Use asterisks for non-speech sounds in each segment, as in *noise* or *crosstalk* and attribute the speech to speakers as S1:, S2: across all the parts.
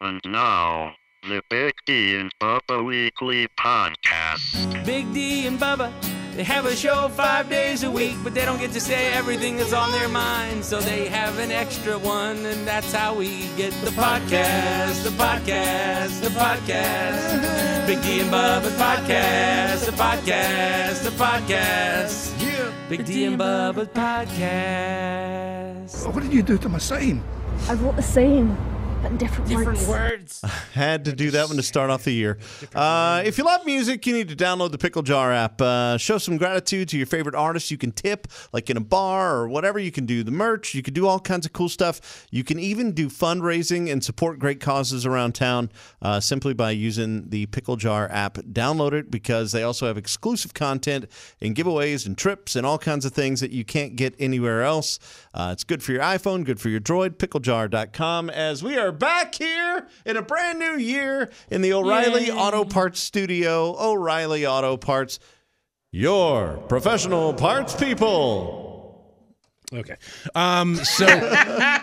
S1: And now, the Big D and Bubba Weekly Podcast.
S2: Big D and Bubba, they have a show five days a week, but they don't get to say everything that's on their mind, so they have an extra one, and that's how we get the podcast, the podcast, the podcast. Big D and Bubba's podcast, the podcast, the podcast. Yeah. Big D and Bubba's podcast.
S3: What did you do to my sign?
S4: I wrote the same, but in different, words.
S2: words.
S5: Had to do that one to start off the year. Uh, if you love music, you need to download the Pickle Jar app. Uh, show some gratitude to your favorite artists. You can tip, like in a bar or whatever. You can do the merch. You can do all kinds of cool stuff. You can even do fundraising and support great causes around town uh, simply by using the Pickle Jar app. Download it because they also have exclusive content and giveaways and trips and all kinds of things that you can't get anywhere else. Uh, it's good for your iPhone, good for your Droid. Picklejar.com. As we are back here in a brand new year in the O'Reilly Auto Parts Studio, O'Reilly Auto Parts, your professional parts people.
S6: Okay. Um, so *coughs*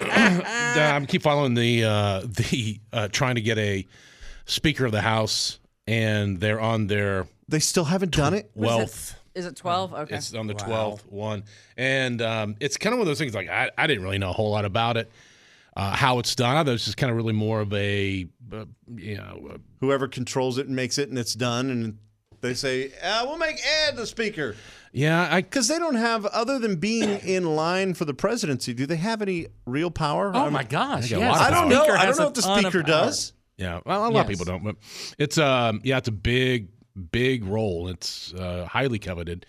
S6: I'm keep following the uh, the uh, trying to get a speaker of the house, and they're on their
S5: They still haven't done it.
S6: wealth.
S7: Is it 12? Okay.
S6: It's on the twelfth one, and um, it's kind of one of those things. Like I, I didn't really know a whole lot about it, uh, how it's done. I thought it was just kind of really more of a, uh, you know,
S5: Whoever controls it and makes it and it's done and they say, uh, we'll make Ed the speaker.
S6: yeah. I
S5: Because they don't have, other than *coughs* being in line for the presidency, do they have any real power?
S2: *laughs* Oh my gosh,
S6: I got a
S2: yes.
S6: lot
S5: I
S6: of
S5: don't
S2: The
S5: know.
S2: speaker
S5: I
S2: has
S5: don't know
S2: a
S5: what the
S2: ton of
S5: speaker
S2: power.
S5: does.
S6: Yeah, well, a lot of
S2: Yes.
S6: people don't, but it's um, yeah, it's a big, big role. It's uh, highly coveted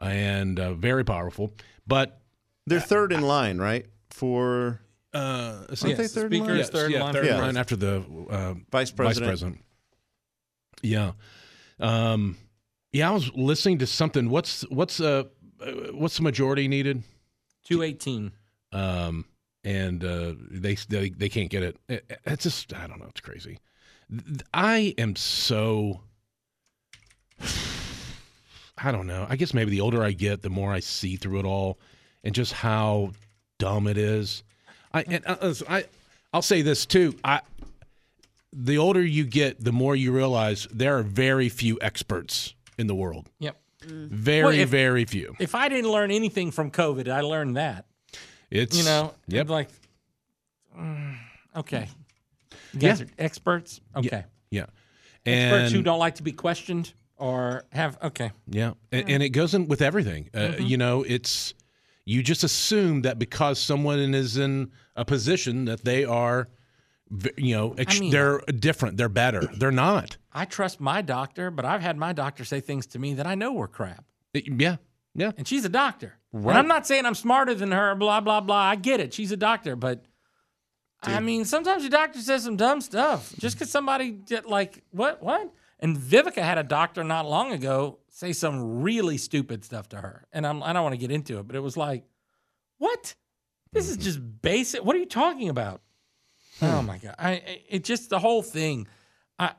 S6: and uh, very powerful. But
S5: They're third in line, right? For
S6: uh,
S5: Aren't they third in line?
S6: Yes, yeah, third
S5: Yeah.
S6: line after the uh,
S5: vice president.
S6: vice president. Yeah, um, yeah. I was listening to something. What's what's uh, uh, what's the majority needed?
S2: 218.
S6: um, and uh, they, they they can't get it. It- It's just I don't know. It's crazy. Th- I am so *sighs* I don't know. I guess maybe the older I get, the more I see through it all, and just how dumb it is. I and uh, listen, I I'll say this too. I the older you get, the more you realize there are very few experts in the world.
S2: Yep.
S6: Very
S2: Mm-hmm. Well, if-
S6: very few.
S2: If I didn't learn anything from COVID, I learned that.
S6: It's
S2: you know,
S6: Yep.
S2: like, mm, okay, you guys
S6: Yeah.
S2: are experts. Okay,
S6: yeah.
S2: experts who
S6: And-
S2: don't like to be questioned or have. Okay,
S6: Yeah, and, and it goes in with everything. Uh, You know, it's you just assume that because someone is in a position that they are, v- you know, ex-
S2: mean-
S6: they're different, they're better. They're not.
S2: I trust my doctor, but I've had my doctor say things to me that I know were crap,
S6: It- yeah, yeah,
S2: and she's a doctor.
S6: Right.
S2: And I'm not saying I'm smarter than her. Blah blah blah. I get it. She's a doctor, but. I mean, sometimes your doctor says some dumb stuff just because somebody did like what what. And Vivica had a doctor not long ago say some really stupid stuff to her, and I'm I don't want to get into it, but it was like, what? This
S6: Mm-hmm.
S2: is just basic. What are you talking about?
S6: Hmm.
S2: Oh my god! I I- it just the whole thing. I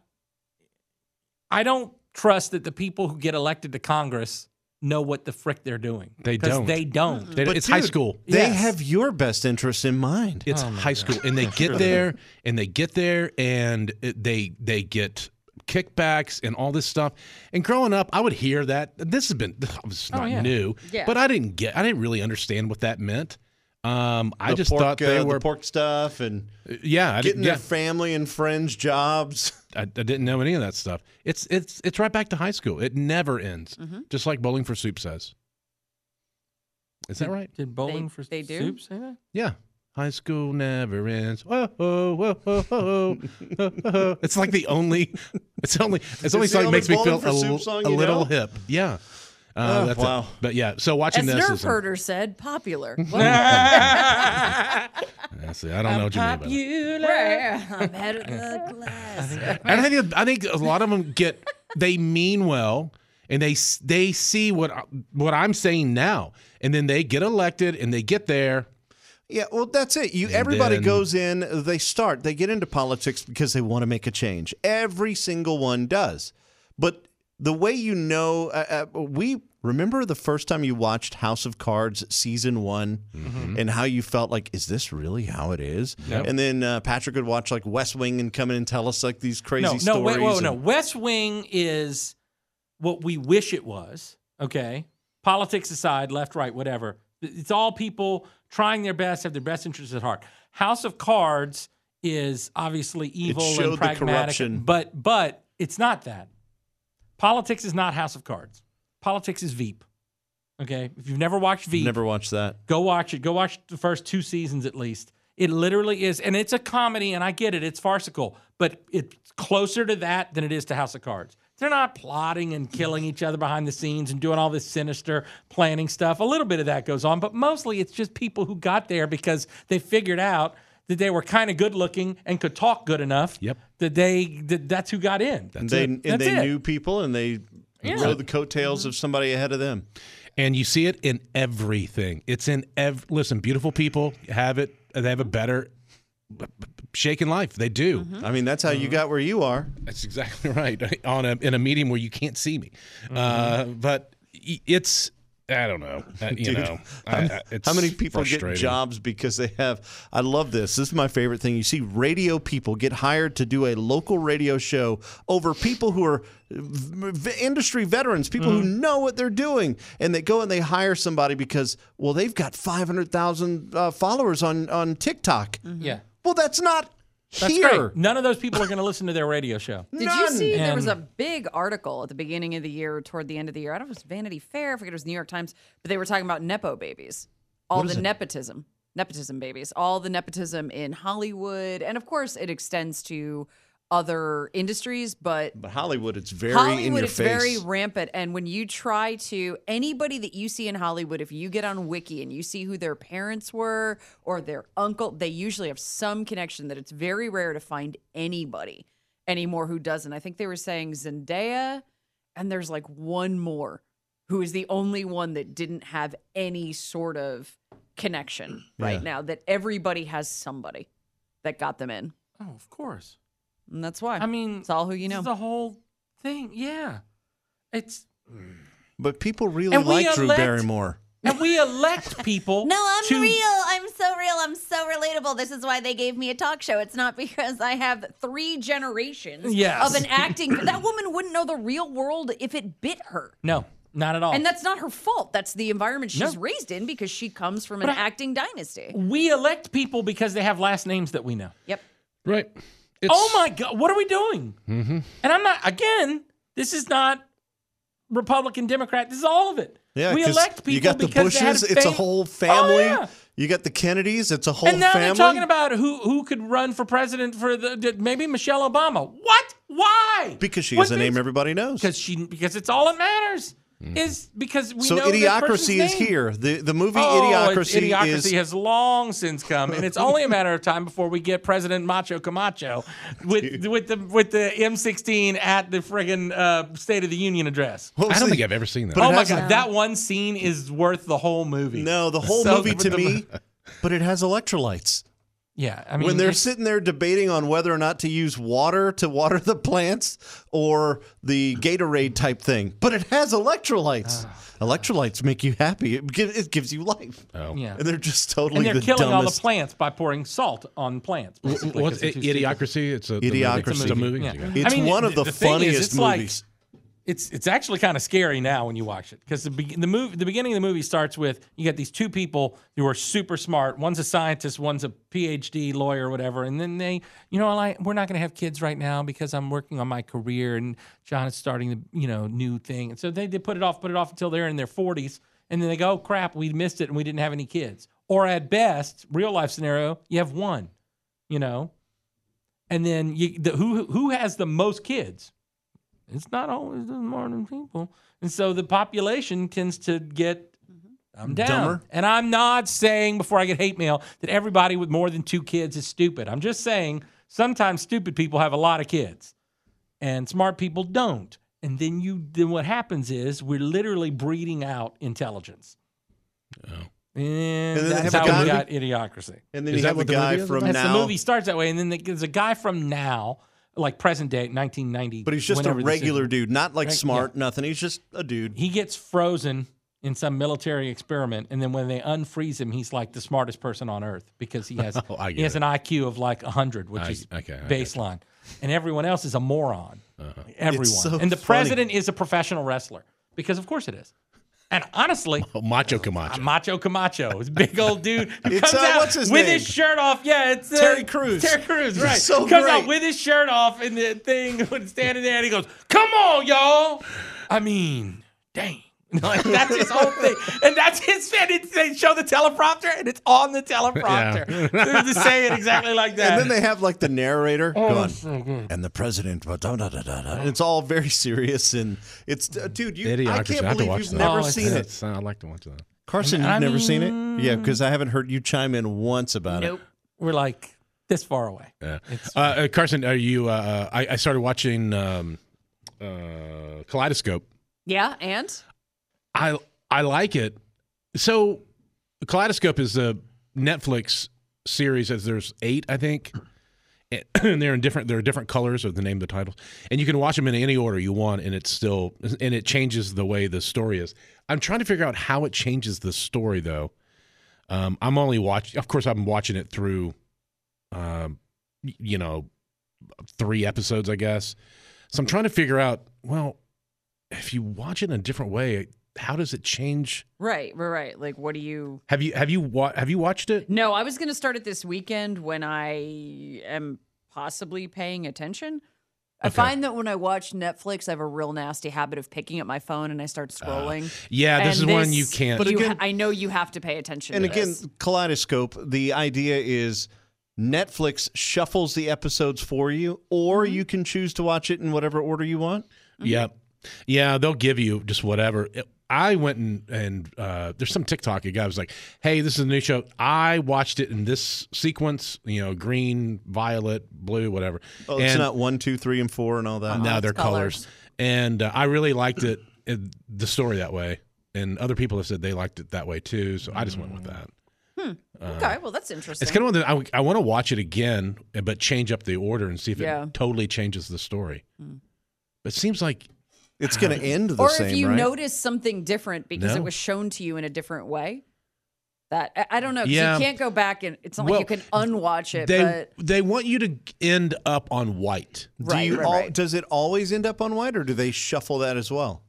S2: I don't trust that the people who get elected to Congress know what the frick they're doing.
S6: They
S2: 'Cause
S6: don't.
S2: They don't.
S6: They-
S5: But
S6: it's high
S5: dude,
S6: school.
S5: They
S2: Yes.
S5: have your best interest in mind.
S6: It's
S2: Oh my
S6: high school, and they get there, and they get there, and it, they they get kickbacks and all this stuff. And growing up, I would hear that. This has been this is not
S2: yeah.
S6: new,
S7: Yeah.
S6: but I didn't get. I didn't really understand what that meant. Um, I
S5: The
S6: just
S5: pork,
S6: thought they
S5: uh, the
S6: were
S5: pork stuff and
S6: yeah, I
S5: getting
S6: didn't, yeah.
S5: their family and friends jobs.
S6: I, I didn't know any of that stuff. It's it's it's right back to high school. It never ends.
S5: Mm-hmm.
S6: Just like Bowling for Soup says. Is that right?
S2: Did bowling for
S7: they do?
S2: soup say that?
S6: Yeah. High school never ends. Whoa, whoa, whoa, whoa, whoa, whoa, whoa. *laughs* It's like the only. It's only. It's only
S5: the
S6: song that
S5: only
S6: makes me
S5: Bowling
S6: feel
S5: for
S6: a,
S5: Soup
S6: l-
S5: song
S6: a
S5: you
S6: little
S5: know?
S6: hip. Yeah. Uh,
S5: Oh,
S6: that's
S5: wow.
S6: It. But yeah. So watching
S7: As
S6: this.
S7: Nerf
S6: is a-
S7: Herder
S6: *laughs*
S7: said, popular. Well,
S6: I see. I don't know what you mean by that.
S7: I'm head of
S6: *laughs*
S7: the class.
S6: And I think I think a lot of them get they mean well and they s- they see what I- what I'm saying now and then they get elected and they get there.
S5: Yeah, well, that's it. You everybody
S6: then-
S5: goes in, they start, they get into politics because they want to make a change. Every single one does, but the way you know, uh, uh, we Remember the first time you watched House of Cards season one
S2: Mm-hmm.
S5: and how you felt like, is this really how it is?
S6: Yep.
S5: And then uh, Patrick would watch like West Wing and come in and tell us like these crazy
S2: no,
S5: stories.
S2: no, wait, whoa,
S5: and-
S2: no. West Wing is what we wish it was. Okay, politics aside, left, right, whatever. It's all people trying their best, have their best interests at heart. House of Cards is obviously evil
S5: showed the
S2: and pragmatic,
S5: corruption.
S2: but but it's not that. Politics is not House of Cards. Politics is Veep. Okay, if you've never watched Veep,
S5: Never watched that.
S2: Go watch it. Go watch the first two seasons at least. It literally is, and it's a comedy, and I get it. It's farcical, but it's closer to that than it is to House of Cards. They're not plotting and killing each other behind the scenes and doing all this sinister planning stuff. A little bit of that goes on, but mostly it's just people who got there because they figured out that they were kind of good looking and could talk good enough.
S6: Yep.
S2: That they that, that's who got in.
S5: And they, and
S2: That's
S5: they
S2: it.
S5: knew people and they rode the coattails of somebody ahead of them.
S6: And you see it in everything. It's in ev. Listen, beautiful people have it. They have a better shaken life. They do.
S2: Mm-hmm.
S5: I mean, that's how you got where you are.
S6: That's exactly *laughs* right. On a in a medium where you can't see me,
S5: Mm-hmm.
S6: uh, but y- it's I don't know. Uh, you
S5: Dude,
S6: know, I, I, it's
S5: How many people get
S6: frustrating.
S5: jobs because they have? I love this. This is my favorite thing. You see radio people get hired to do a local radio show over people who are v- v- industry veterans, people who know what they're doing, and they go and they hire somebody because well they've got five hundred thousand uh, followers on on TikTok.
S2: Yeah.
S5: Well, that's not
S2: Mm-hmm. That's
S5: here.
S2: great. None of those people are going to listen to their radio show.
S7: Did you see there was a
S2: And-
S7: big article at the beginning of the year, toward the end of the year? I don't know if it was Vanity Fair, I forget it was New York Times, but they were talking about Nepo babies. All the nepotism, nepotism babies, all the nepotism in Hollywood. And of course, it extends to other industries, but
S5: But Hollywood, it's very in
S7: Hollywood
S5: your
S7: is
S5: face.
S7: very rampant, and when you try to anybody that you see in Hollywood, if you get on Wiki and you see who their parents were or their uncle, they usually have some connection. That it's very rare to find anybody anymore who doesn't. I think they were saying Zendaya, and there's like one more who is the only one that didn't have any sort of connection right now. That everybody has somebody that got them in,
S2: oh, of course.
S7: and that's why.
S2: I mean,
S7: it's all who you know.
S2: The whole thing, yeah. It's
S7: *laughs*
S5: but people really
S2: And we
S5: like Drew
S2: elect-
S5: Barrymore.
S2: and we elect people.
S3: No, I'm
S2: to,
S3: real. I'm so real. I'm so relatable. This is why they gave me a talk show. It's
S7: *laughs*
S3: not because I have
S7: three generations
S2: Yes.
S7: of an acting. *laughs* that woman wouldn't know the real world if it bit her.
S2: No, not at all.
S7: And that's not her fault. That's the environment she's
S2: No.
S7: raised in because she comes from an acting dynasty.
S2: we elect people because they have last names that we know.
S7: Yep.
S6: Right. It's,
S2: Oh my God, what are we doing? Mm-hmm. And I'm not. Again, this is not Republican, Democrat. This is all of it.
S5: Yeah,
S2: we
S5: 'cause
S2: elect people
S5: You got the
S2: because they had
S5: Bushes; it's a
S2: fam-
S5: whole
S2: Oh,
S5: family.
S2: yeah.
S5: You got the Kennedys; it's a whole
S2: And now
S5: family.
S2: they're talking about who who could run for president for the maybe Michelle Obama. What? Why?
S5: because she
S2: What
S5: has a
S2: makes-
S5: name everybody knows.
S2: because she because it's all that matters is because we
S5: Mm-hmm. So
S2: know that person's
S5: idiocracy is
S2: name.
S5: here. The the movie
S2: Oh, it's-
S5: idiocracy,
S2: idiocracy
S5: is
S2: has long since come, and it's only a matter of time before we get President Macho Camacho
S5: *laughs*
S2: with with the with the M16 at the friggin' uh, State of the Union address.
S5: What was
S6: I don't
S5: the-
S6: think I've ever seen that.
S5: But
S2: oh
S5: it
S2: my
S5: has
S2: god, that one scene is worth the whole movie.
S5: no the whole
S2: So-
S5: movie to me.
S2: *laughs*
S5: But it has electrolytes.
S2: yeah. I mean,
S5: When they're
S2: it's-
S5: sitting there debating on whether or not to use water to water the plants or the Gatorade type thing, but it has electrolytes.
S2: Ah.
S5: electrolytes make you happy. It, gi- it gives you life.
S2: Oh, yeah.
S5: And they're just totally
S2: And they're
S5: the
S2: killing all the
S5: dumbest-
S2: plants by pouring salt on plants. basically,
S6: What's
S2: 'cause they're
S6: it,
S2: too stupid.
S6: idiocracy? It's a
S5: Idiocracy.
S6: It's a movie.
S2: Yeah.
S6: Yeah.
S5: It's
S2: I mean,
S5: one of the,
S2: thing is,
S5: funniest
S2: it's like-
S5: movies.
S2: it's it's actually kind of scary now when you watch it because the be- the movie the beginning of the movie starts with you got these two people who are super smart. One's a scientist, one's a PhD lawyer, or whatever. And then they, you know, like we're not going to have kids right now because I'm working on my career and John is starting the you know new thing. And so they they put it off, put it off until they're in their 40s, and then they go, oh, crap, we missed it and we didn't have any kids. Or at best, real life scenario, you have one, you know. And then you, the, who who has the most kids? it's not always the modern people. And so the population tends to get I'm down.
S5: Mm-hmm. Dumber.
S2: And I'm not saying before I get hate mail that everybody with more than two kids is stupid. I'm just saying sometimes stupid people have a lot of kids and smart people don't. And then you then what happens is we're literally breeding out intelligence. Oh. And,
S5: And then they
S2: that's
S5: have a
S2: how
S5: guy
S2: we
S5: who-
S2: got idiocracy.
S5: And then
S6: Is
S5: you
S6: that
S5: have a
S6: what the
S5: guy
S6: movie is
S5: from
S6: about?
S2: That's
S5: now.
S2: the movie starts that way, and then there's a guy from now like present day 1990.
S5: But he's just a
S2: whenever this is.
S5: regular dude, not like
S2: Right,
S5: smart, nothing. He's just a dude.
S2: He gets frozen in some military experiment, and then when they unfreeze him, he's like the smartest person on earth because he
S5: *laughs*
S2: has
S5: Oh,
S6: I
S2: he
S6: get
S2: has an
S6: it.
S2: IQ of like 100, which is
S6: okay, I got you.
S2: baseline, and everyone else is a moron. Everyone,
S5: Uh-huh. so
S2: and the
S5: funny.
S2: president is a professional wrestler because of course it is. And honestly,
S6: Oh, macho Camacho.
S2: Macho Camacho. It's a big old dude who
S5: It's,
S2: comes
S5: uh,
S2: out
S5: what's his
S2: with
S5: name?
S2: his shirt off. Yeah, it's uh,
S5: Terry Crews.
S2: Terry Crews, right?
S5: so
S2: comes out
S5: great.
S2: with his shirt off and the thing *laughs* when standing there, and he goes, "Come on, y'all." I mean, dang. *laughs* Like, that's his whole thing, and that's his. And it's, they show the teleprompter, and it's on the teleprompter. They're just saying exactly like that.
S5: And then they have like the narrator
S2: Oh,
S5: going, and the president, but da, da, da, da, da." And it's all very serious. And it's, uh, dude, you, I
S6: Idiocracy.
S5: can't
S6: I have to
S5: believe
S6: watch
S5: you've
S6: that.
S5: never
S2: Oh, it's-
S5: seen it.
S6: That's- I like to watch that.
S5: Carson, you've
S2: I
S5: never seen it? Yeah, because I haven't heard you chime in once about
S7: Nope.
S5: it.
S2: We're like this far away.
S6: Yeah. Uh, uh, Carson, are you? Uh, I, I started watching um, uh, Kaleidoscope.
S7: Yeah, and
S6: I I like it. So, Kaleidoscope is a Netflix series. As there's eight, I think, and *clears throat* they're in different. There are different colors of the name of the titles, and you can watch them in any order you want, and it's still and it changes the way the story is. I'm trying to figure out how it changes the story though. Um, I'm only watching. Of course, I'm watching it through, um, y- you know, three episodes, I guess. So I'm trying to figure out. Well, if you watch it in a different way, how does it change?
S7: right, right, right. Like, what do you?
S6: Have you have you wa- have you watched it?
S7: No, I was going to start it this weekend when I am possibly paying attention. I
S6: Okay.
S7: find that when I watch Netflix, I have a real nasty habit of picking up my phone and I start scrolling.
S6: Yeah, this
S7: And
S6: is one you can't.
S5: But
S7: you
S5: again-
S7: ha- I know you have to pay attention.
S5: And
S7: to
S5: again,
S7: this.
S5: Kaleidoscope, the idea is Netflix shuffles the episodes for you, or
S2: Mm-hmm.
S5: you can choose to watch it in whatever order you want.
S6: Yep. Yeah, they'll give you just whatever. I went and and uh, there's some TikTok a guy was like, "Hey, this is a new show. I watched it in this sequence. You know, green, violet, blue, whatever."
S5: Oh, it's
S6: And-
S5: not one, two, three, and four, and all that.
S6: no, they're colors.
S7: colors.
S6: And uh, I really liked it, it, the story that way. And other people have said they liked it that way too. So I just went with that.
S7: okay, well, that's
S6: Uh,
S7: interesting.
S6: It's kind of one that I, I want to watch it again, but change up the order and see if
S7: Yeah. Hmm.
S6: it totally changes the story. But it seems like
S5: It's going to end the
S7: or
S5: same,
S7: if you
S5: right?
S7: notice something different because
S6: No.
S7: it was shown to you in a different way. That I- I don't know. 'cause
S6: Yeah.
S7: You can't go back and it's not
S6: Well,
S7: like you can unwatch it.
S6: they
S7: but
S6: they want you to end up on white.
S5: do
S7: Right,
S5: you
S7: right,
S5: al-
S7: right.
S5: Does it always end up on white, or do they shuffle that as well?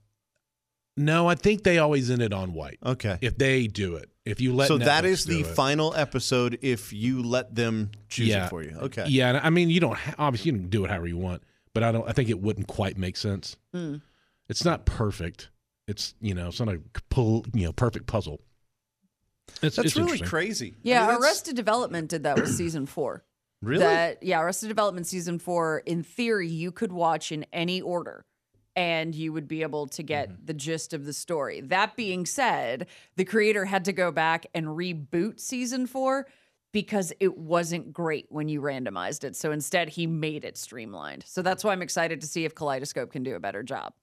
S6: No, I think they always end it on white.
S5: Okay.
S6: If they do it, if you let
S5: so that
S6: Netflix
S5: is the
S6: do it.
S5: final episode if you let them choose it for you. Okay.
S6: Yeah, and I mean, you don't ha- obviously you can do it however you want, but I don't. I think it wouldn't quite make sense.
S7: Mm.
S6: It's not perfect. It's you know, it's not a pull, you know, perfect puzzle. It's,
S5: That's
S6: it's
S5: really
S6: interesting.
S5: crazy.
S7: yeah,
S5: I mean, that's-
S7: Arrested Development did
S2: *clears throat*
S7: that with season four.
S5: Really?
S7: That yeah, Arrested Development season four. In theory, you could watch in any order, and you would be able to get
S2: Mm-hmm.
S7: the gist of the story. That being said, the creator had to go back and reboot season four because it wasn't great when you randomized it. So instead, he made it streamlined. So that's why I'm excited to see if Kaleidoscope can do a better job.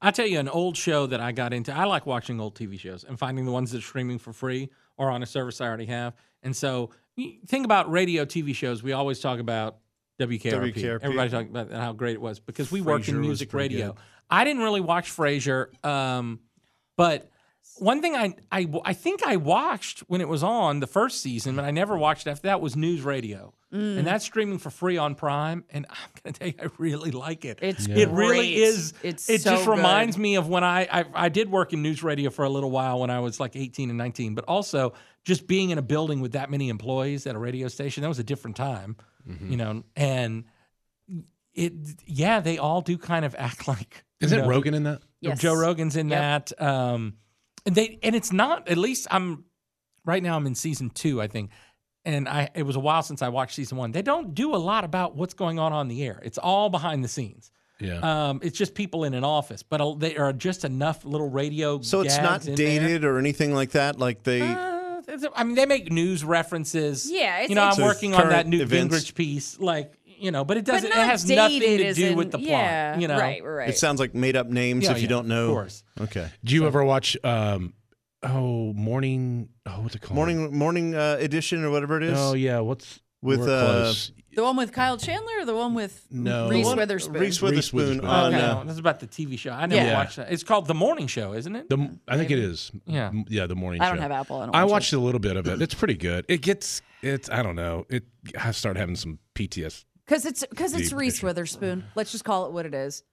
S2: I tell you, an old show that I got into. I like watching old TV shows and finding the ones that are streaming for free or on a service I already have. And so, y- think about radio TV shows. We always talk about WKRP.
S5: WKRP.
S2: Everybody talking about how great it was because we worked
S5: Frasier
S2: in
S5: was
S2: music
S5: pretty
S2: radio.
S5: good.
S2: I didn't really watch Frasier, um, but one thing I, I I think I watched when it was on the first season, but I never watched after that was News Radio,
S7: Mm.
S2: and that's streaming for free on Prime. And *laughs* I'm gonna tell you, I really like it.
S7: It's
S2: It really
S7: great.
S2: is.
S7: It's
S2: it
S7: so
S2: just
S7: good.
S2: reminds me of when I, I I did work in news radio for a little while when I was like 18 and 19, but also just being in a building with that many employees at a radio station, that was a different time, you know, and it yeah, they all do kind of *laughs* act like you
S6: Isn't
S2: know,
S6: Rogan in that?
S7: Yes.
S2: Joe Rogan's in
S7: Yep.
S2: that. Um, and they and it's not at least I'm right now. I'm in season two, I think, and I it was a while since I watched season one. They don't do a lot about what's going on on the air. It's all behind the scenes.
S6: Yeah.
S2: Um, it's just people in an office, but uh, they are just enough little radio.
S5: So it's not
S2: gags in there.
S5: dated or anything like that. Like they.
S2: Uh, it's- I mean, they make news references.
S7: Yeah, it's-
S2: you know, I'm
S7: it's-
S5: So
S2: working on that
S5: current
S2: new
S5: events.
S2: Gingrich piece, like you know, but it doesn't.
S7: not
S2: it has nothing
S7: dated
S2: to
S7: as
S2: do
S7: in-
S2: with the plot.
S7: Yeah,
S2: you know,
S7: right, right.
S5: It sounds like made up names
S2: Yeah,
S5: if you
S2: yeah,
S5: don't know.
S2: Of course.
S5: Okay.
S6: Do you ever watch? Um, oh, morning. Oh, what's it called?
S5: Morning morning uh, edition or whatever it is.
S6: Oh yeah, what's
S5: With,
S6: we're
S5: uh,
S6: close.
S7: The one with Kyle Chandler or the one with
S6: No.
S7: Reese
S6: The one-
S7: Witherspoon?
S5: Reese Witherspoon.
S6: Witherspoon.
S5: on,
S2: okay,
S5: uh,
S2: that's about the TV show. I never
S7: Yeah.
S2: watched that. It's called The Morning Show, isn't it?
S6: The, I think it is.
S2: Yeah.
S6: M- yeah. The morning.
S7: I don't
S6: show.
S7: have Apple, I don't
S6: I
S7: watch
S6: watched a little bit of it. It's pretty good. It gets. It's. I don't know. It. I start having some PTS.
S7: Because it's because it's
S6: The
S7: Reese
S6: picture.
S7: Witherspoon. Let's just call it what it is.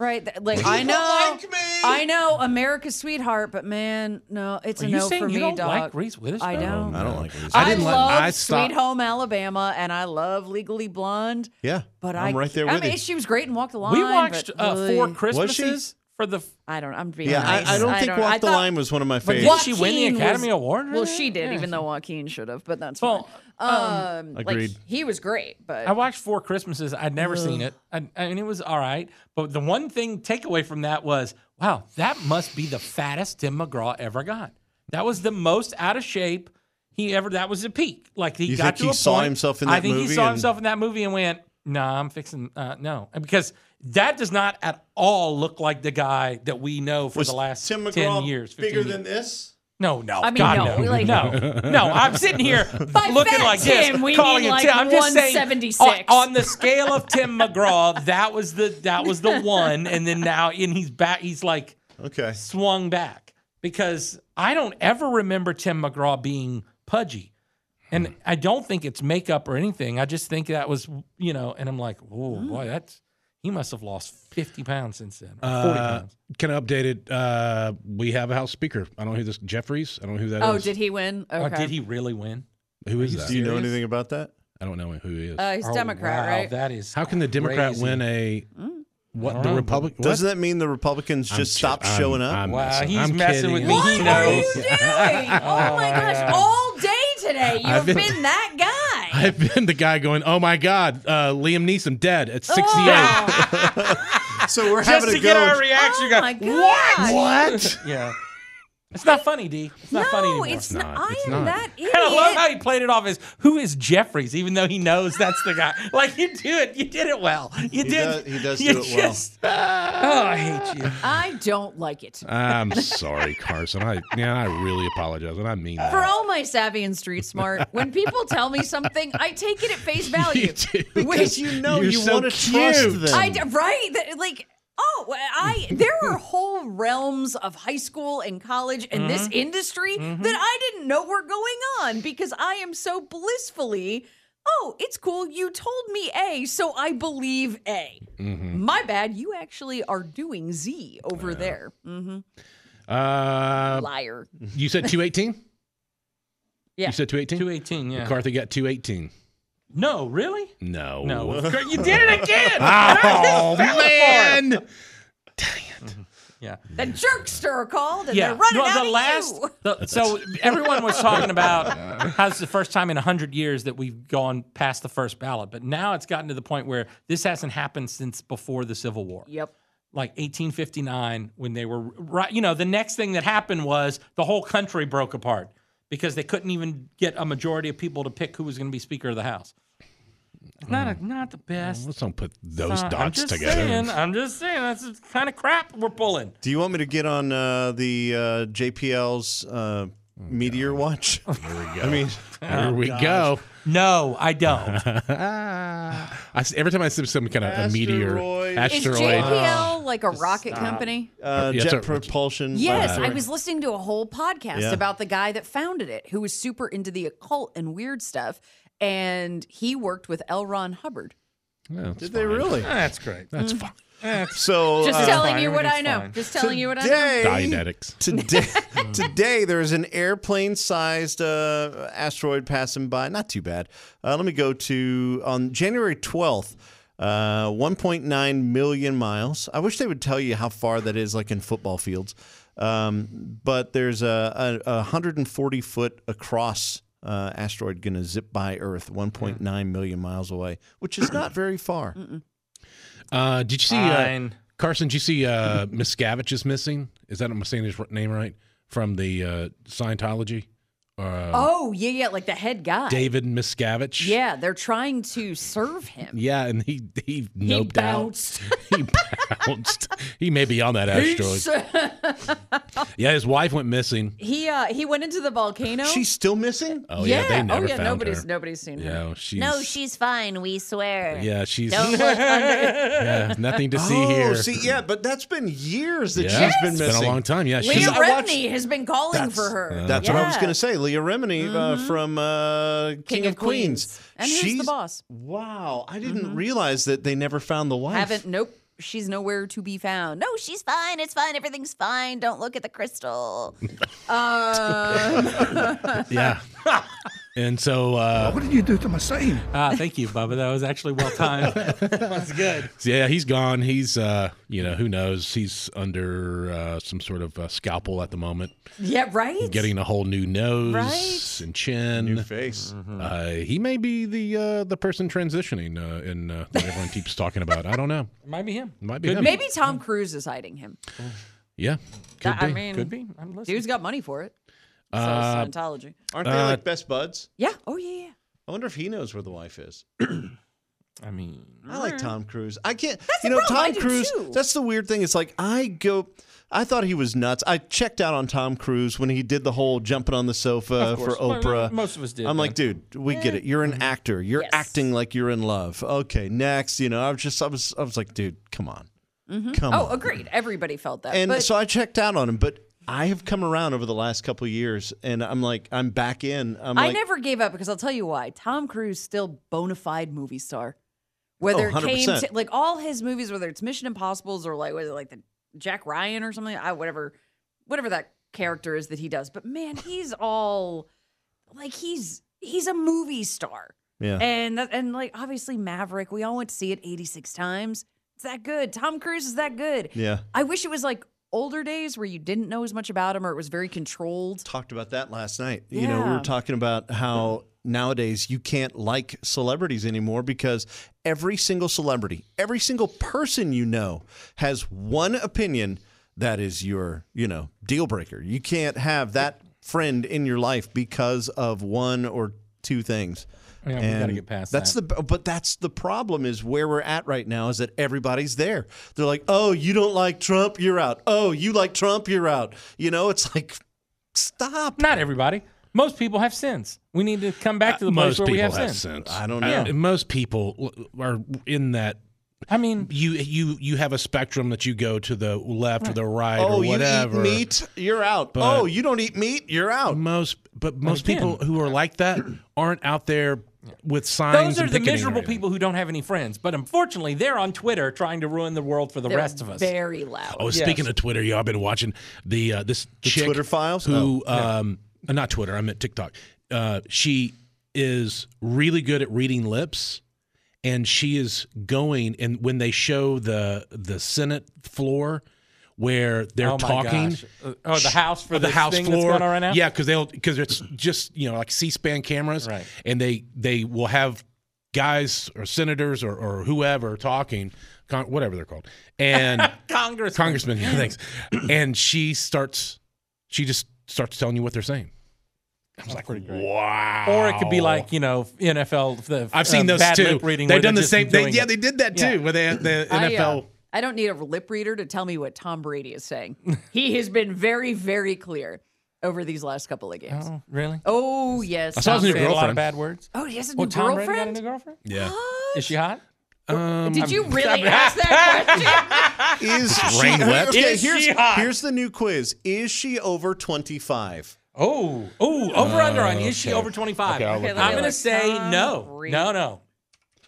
S7: Right? Th- Like I know,
S5: like me?
S7: I know, America's sweetheart, but man, no, it's
S2: Are
S7: a
S2: you
S7: no
S2: saying
S7: for
S2: you
S7: me,
S2: don't
S7: dog.
S2: like Reese Witherspoon?
S7: I don't.
S5: I don't like Reese.
S6: I
S7: I,
S6: didn't like-
S7: love
S6: I
S7: Sweet
S6: stopped-
S7: Home Alabama, and I love Legally Blonde.
S5: Yeah,
S7: But
S5: I'm
S7: I,
S5: right there
S7: I
S5: with
S7: mean,
S5: you.
S7: she was great and walked the line.
S2: We
S7: but,
S2: watched uh, Four
S7: ugh,
S2: Christmases for the.
S7: I don't. I'm being
S5: yeah,
S7: nice.
S5: I, I don't think
S7: know.
S5: Walk
S7: I
S5: the
S7: thought-
S5: Line was one of my
S7: but
S5: favorites.
S2: Didn't she win the
S7: Joaquin
S2: Academy
S7: was-
S2: Award for
S7: Well,
S2: that?
S7: she did,
S2: Yeah,
S7: even
S2: she-
S7: though Joaquin should have. But that's
S2: Well,
S7: fine. Um, like,
S5: Agreed.
S7: he was great, but
S2: I watched Four Christmases. I'd never seen it, I, I mean, it was all right. But the one thing takeaway from that was, wow, that must be the fattest Tim McGraw ever got. That was the most out of shape he ever. That was the peak. Like he
S5: You
S2: got
S5: think
S2: to
S5: he
S2: a
S5: saw
S2: point-
S5: himself in
S2: I
S5: that
S2: think he
S5: movie
S2: saw
S5: and-
S2: himself in that movie and went, "No, I'm fixing uh, no," And because that does not at all look like the guy that we know for
S5: was
S2: the last
S5: Tim McGraw
S2: ten years. 15
S5: bigger
S2: years.
S5: than this?
S2: No, no.
S7: I mean,
S2: God,
S7: no, we like- *laughs*
S2: no, no. I'm sitting here looking
S7: fat
S2: like
S7: Tim,
S2: this,
S7: we
S2: calling
S7: need
S2: him
S7: like
S2: Tim. I'm just saying,
S7: 176.
S2: On, on the scale of Tim McGraw, that was the that was
S7: *laughs*
S2: the one, and then now, and he's back. He's like
S5: Okay.
S2: swung back because I don't ever remember Tim McGraw being pudgy. And I don't think it's makeup or anything. I just think that was, you know, and I'm like, oh,
S7: Mm.
S2: boy, that's, he must have lost 50 pounds since then, or 40
S6: Uh,
S2: pounds.
S6: Can I update it? Uh, we have a house speaker. I don't know who this Jeffries. I don't know who that is.
S7: oh, did he win?
S2: Or
S7: Okay.
S2: Uh, did he really win?
S6: Who is
S5: Do
S6: that?
S5: you know
S2: serious?
S5: anything about that?
S6: I don't know who he is.
S7: Uh, he's
S2: Oh,
S7: Democrat,
S2: wow,
S7: right?
S2: That is
S6: How can the Democrat
S2: crazy.
S6: win a
S2: I
S7: Mm.
S6: what?
S2: don't
S6: The
S2: know.
S6: Republican?
S5: Doesn't that mean the Republicans just stopped showing up?
S6: I'm
S2: Wow,
S6: messing.
S2: he's
S6: I'm
S2: messing
S6: kidding.
S2: with me.
S6: *laughs*
S7: What
S2: He
S7: are you
S2: knows.
S7: doing? Oh my gosh! All day today, you
S6: I've
S7: have been,
S6: been-
S7: that guy.
S6: *laughs* I've been the guy going, "Oh my God, uh, Liam Neeson dead at 68."
S7: Oh
S5: So we're
S2: Just
S5: having
S2: to
S5: a
S2: get
S5: go.
S2: our reaction,
S7: Oh
S2: go,
S7: my gosh!
S6: what?
S2: *laughs* yeah. It's not funny, D. It's not funny
S7: No,
S2: anymore.
S7: it's
S6: It's
S7: not.
S6: not.
S7: I
S6: It's
S7: am
S6: not.
S7: that idiot.
S2: *laughs* I love how he played it off as who is Jeffries, even though he knows that's the guy. *laughs* Like you do it, you did it well. You did.
S5: does- he does
S2: you
S5: do it well.
S2: well. *laughs* Oh, I hate you.
S7: I don't like it.
S6: I'm sorry, Carson. I yeah, I really apologize, and I mean that.
S7: For all my savvy and street smart, when people tell me something, I take it at face value.
S5: Because you know
S6: You're
S5: you
S6: so
S5: want to trust
S6: cute.
S5: them.
S7: I d- right That- like oh I there are whole realms of high school and college and this
S2: Mm-hmm.
S7: industry that I didn't know were going on because I am so blissfully oh it's cool you told me A so I believe A
S2: Mm-hmm.
S7: my bad you actually are doing Z over there hmm
S6: Uh,
S2: Um,
S7: liar
S6: you said 218.
S7: Yeah.
S6: You said 218.
S2: Two eighteen. Yeah.
S6: McCarthy got 218.
S2: No, really?
S6: No.
S2: No. *laughs* you did it *laughs* again.
S6: Oh man.
S2: yeah.
S7: the jerkster called and
S2: yeah.
S7: they're running
S2: No,
S7: out
S2: the
S7: of
S2: last.
S7: you.
S2: the- so *laughs* everyone was talking *laughs* about how's the first time in hundred years that we've gone past the first ballot, but now it's gotten to the point where this hasn't happened since before the Civil War.
S7: Yep.
S2: like 1859 when they were right you know the next thing that happened was the whole country broke apart because they couldn't even get a majority of people to pick who was going to be speaker of the house It's not a, not the best
S6: Let's don't put those
S2: Uh, I'm
S6: dots
S2: just
S6: together.
S2: saying, i'm just saying that's the kind of crap we're pulling
S5: Do you want me to get on uh, the uh, JPL's uh, meteor watch?
S6: Uh,
S5: There we go. I mean, oh
S6: Here we go.
S2: no i *laughs* don't
S6: Ah. I s every time I see some kind of a meteor,
S5: Asteroid.
S7: Is
S6: asteroid.
S7: JPL like a rocket company?
S5: uh,
S6: Yeah,
S5: jet
S6: it's a-
S5: propulsion.
S7: Yes, I
S5: laboratory.
S7: was listening to a whole podcast
S5: Yeah.
S7: about the guy that founded it, who was super into the occult and weird stuff, and he worked with L. Ron Hubbard.
S6: Yeah, that's
S5: Did they
S6: fine.
S5: really?
S2: that's great
S6: That's fine.
S5: So
S7: Just
S5: uh,
S7: telling
S2: fine,
S7: you what
S2: it's
S7: I know.
S2: fine.
S7: Just telling you what I know.
S5: today,
S6: Dietetics.
S5: today, today there is an airplane-sized uh, asteroid passing by. Not too bad. Uh, let me go to on January twelfth. Uh, 1.9 million miles. I wish they would tell you how far that is, like in football fields. Um, but there's a, a, a 140 foot across uh, asteroid going to zip by Earth, 1.9 million miles away, which is not very far.
S6: Uh, did you see uh,
S2: Fine.
S6: Carson? Did you see uh, Miscavige is missing? Is that I'm saying his r- name right from the uh, Scientology uh,
S7: Oh yeah, yeah, like the head guy.
S6: David Miscavige.
S7: Yeah, they're trying to serve him.
S6: Yeah, and he he noped out. *laughs* He bounced. he may be on that asteroid. yeah, his wife went missing.
S7: He uh he went into the volcano.
S5: She's still missing?
S6: Oh yeah, they never
S7: oh yeah,
S6: found
S7: nobody's
S6: her.
S7: nobody's seen her.
S6: Yeah, she's *laughs*
S3: No, she's fine. We swear.
S6: yeah, she's
S5: *laughs*
S3: Don't look under.
S6: yeah, nothing to see
S5: oh,
S6: here.
S5: see, yeah, but that's been years that
S6: yeah,
S5: she's been missing.
S6: It's been a long time. Yeah, she's
S7: Leah
S5: I watched-
S7: Remney has been calling
S5: That's- uh,
S7: for her.
S5: That's what I was
S7: Yeah. Mm-hmm.
S5: going to say. Leah Remini uh, from uh, King,
S7: King
S5: of,
S7: of
S5: Queens.
S7: Queens. And who's the boss? Mm-hmm.
S5: Wow, I didn't realize that they never found the wife.
S7: Haven't. Nope. She's nowhere to be found.
S3: No, Oh, she's fine. It's fine. Everything's fine. Don't look at the crystal.
S7: *laughs*
S6: yeah. and so uh,
S8: What did you do to my sign?
S2: Ah, thank you, Bubba. That was actually well
S6: *laughs*
S2: timed.
S6: yeah, he's gone. He's uh, you know, who knows? He's under uh, some sort of uh, scalpel at the moment,
S7: Yeah. Right.
S6: getting a whole new nose
S7: Right.
S6: and chin.
S5: New hmm. face.
S6: Uh, he may be the uh, the person transitioning uh, in uh, that everyone keeps talking about. I don't know.
S2: Might be him.
S6: Might be
S2: Could
S6: him.
S7: Maybe Tom Cruise is hiding him.
S6: Yeah, could
S7: I
S6: be.
S7: mean,
S2: Could be. I'm listening.
S7: dude's got money for it. So
S6: Uh,
S7: Scientology.
S5: Aren't they
S6: Uh,
S5: like best buds?
S7: Yeah. Oh yeah. yeah.
S5: I wonder if he knows where the wife is.
S2: I mean,
S5: I like Tom Cruise. I can't.
S7: That's
S5: you
S7: the
S5: know,
S7: problem. I
S5: Tom
S7: do
S5: Cruise.
S7: too.
S5: That's the weird thing. It's like I go. I thought he was nuts. I checked out on Tom Cruise when he did the whole jumping on the sofa
S2: Of
S5: for
S2: course. Well,
S5: Oprah.
S2: most of us did,
S5: I'm like,
S2: man.
S5: dude, we get it. You're an actor. You're
S7: Eh. Mm-hmm. Yes.
S5: acting like you're in love. Okay, next. You know, I was just, I was, I was like, dude, come on, come
S7: Oh,
S5: on.
S7: agreed. Everybody felt that.
S5: And
S7: but
S5: so I checked out on him, but I have come around over the last couple of years, and I'm like, I'm back in. I'm
S7: I
S5: like,
S7: never gave up because I'll tell you why. Tom Cruise still bona fide movie star. Whether
S5: Oh,
S7: it came
S5: 100%.
S7: to like all his movies, whether it's Mission Impossible's or like was it like the Jack Ryan or something, I whatever, whatever that character is that he does. But man, he's all like he's he's a movie star,
S5: yeah.
S7: *laughs* and that, and like obviously Maverick, we all went to see it eighty six times. It's that good. Tom Cruise is that good.
S5: Yeah.
S7: I wish it was like older days where you didn't know as much about him or it was very controlled.
S5: talked about that last night. You know, we were
S7: Yeah.
S5: talking about how nowadays you can't like celebrities anymore because every single celebrity, every single person you know has one opinion that is your, you know, deal breaker. You can't have that friend in your life because of one or two things.
S2: Yeah, we gotta get past
S5: that's
S2: that.
S5: the but that's the problem is where we're at right now is that everybody's there. They're like, "Oh, you don't like Trump, you're out. Oh, you like Trump, you're out." You know, it's like stop.
S2: not everybody. Most people have sins. We need to come back to the place
S6: Uh, most
S2: where
S6: people
S2: we have,
S6: have
S2: sins.
S6: sense. Uh,
S5: I don't know.
S6: most people are in that.
S2: I mean,
S6: You you you have a spectrum that you go to the left or the right
S5: oh,
S6: or
S5: you
S6: whatever.
S5: eat meat, you're out.
S6: But-
S5: oh, you don't eat meat,
S2: *laughs*
S5: you're out.
S6: Most, but most
S2: again-
S6: people who are
S2: *clears throat*
S6: like that aren't out there with signs.
S2: those are
S6: and
S2: the
S6: picketing or
S2: miserable
S6: anything.
S2: people who don't have any friends. But unfortunately, they're on Twitter trying to ruin the world for the
S7: They're
S2: rest of us.
S7: Very loud.
S6: Oh, speaking of Twitter, y'all, I've been watching the uh, this chick
S5: Twitter files?
S6: Who, um, uh, not Twitter, I meant TikTok. Uh, she is really good at reading lips, and she is going. And when they show the the Senate floor where they're
S2: Oh my
S6: talking,
S2: gosh. Uh, oh, the House for
S6: or the
S2: this
S6: House
S2: thing that's
S6: floor,
S2: going on right now?
S6: yeah, because they'll because it's just you know like C-SPAN cameras,
S2: Right.
S6: And they they will have guys or senators or, or whoever talking, con- whatever they're called,
S2: *laughs*
S6: and.
S2: Congress.
S6: congressman. Yeah, thanks. And she starts, she just starts telling you what they're saying. I was like, wow.
S2: Or it could be like you know NFL. The,
S6: Oh. I've seen
S2: um,
S6: those
S2: bad
S6: too.
S2: lip reading.
S6: They've
S2: where
S6: done
S2: they're
S6: the
S2: just
S6: same. They,
S2: doing
S6: yeah,
S2: it.
S6: they did that
S2: Yeah.
S6: too. Where they the
S7: I, uh,
S6: NFL.
S7: I don't need a lip reader to tell me what Tom Brady is saying. he has been very, very clear over these last couple of games. Oh,
S2: Oh, really?
S7: yes.
S6: I saw his
S7: Tom
S6: new
S2: Saying
S7: Brady.
S2: a lot of
S6: girlfriend.
S2: bad words.
S7: Oh, he has a new
S2: Well, Tom Brady got a
S7: girlfriend.
S2: new *laughs* girlfriend.
S6: yeah. Um,
S2: Is she hot?
S7: Did you really ask that question?
S5: Is she,
S6: Rain wet?
S5: Okay,
S2: Is
S5: here's,
S2: she hot?
S5: here's the new quiz. Is she over 25?
S2: Oh, oh, over under on. Is she over 25?
S6: Okay, I'll look
S7: Okay, it
S2: I'm
S7: up.
S2: going to
S7: like
S2: say
S7: Tom
S2: no.
S7: Brady.
S2: No, no.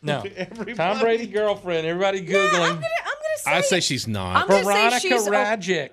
S2: No. Tom Brady girlfriend. Everybody
S7: I'm gonna, I'm
S2: Googling.
S7: gonna say.
S6: I say she's
S7: I'm
S6: not.
S7: gonna say
S2: Veronica
S7: she's. a-
S2: Ragic.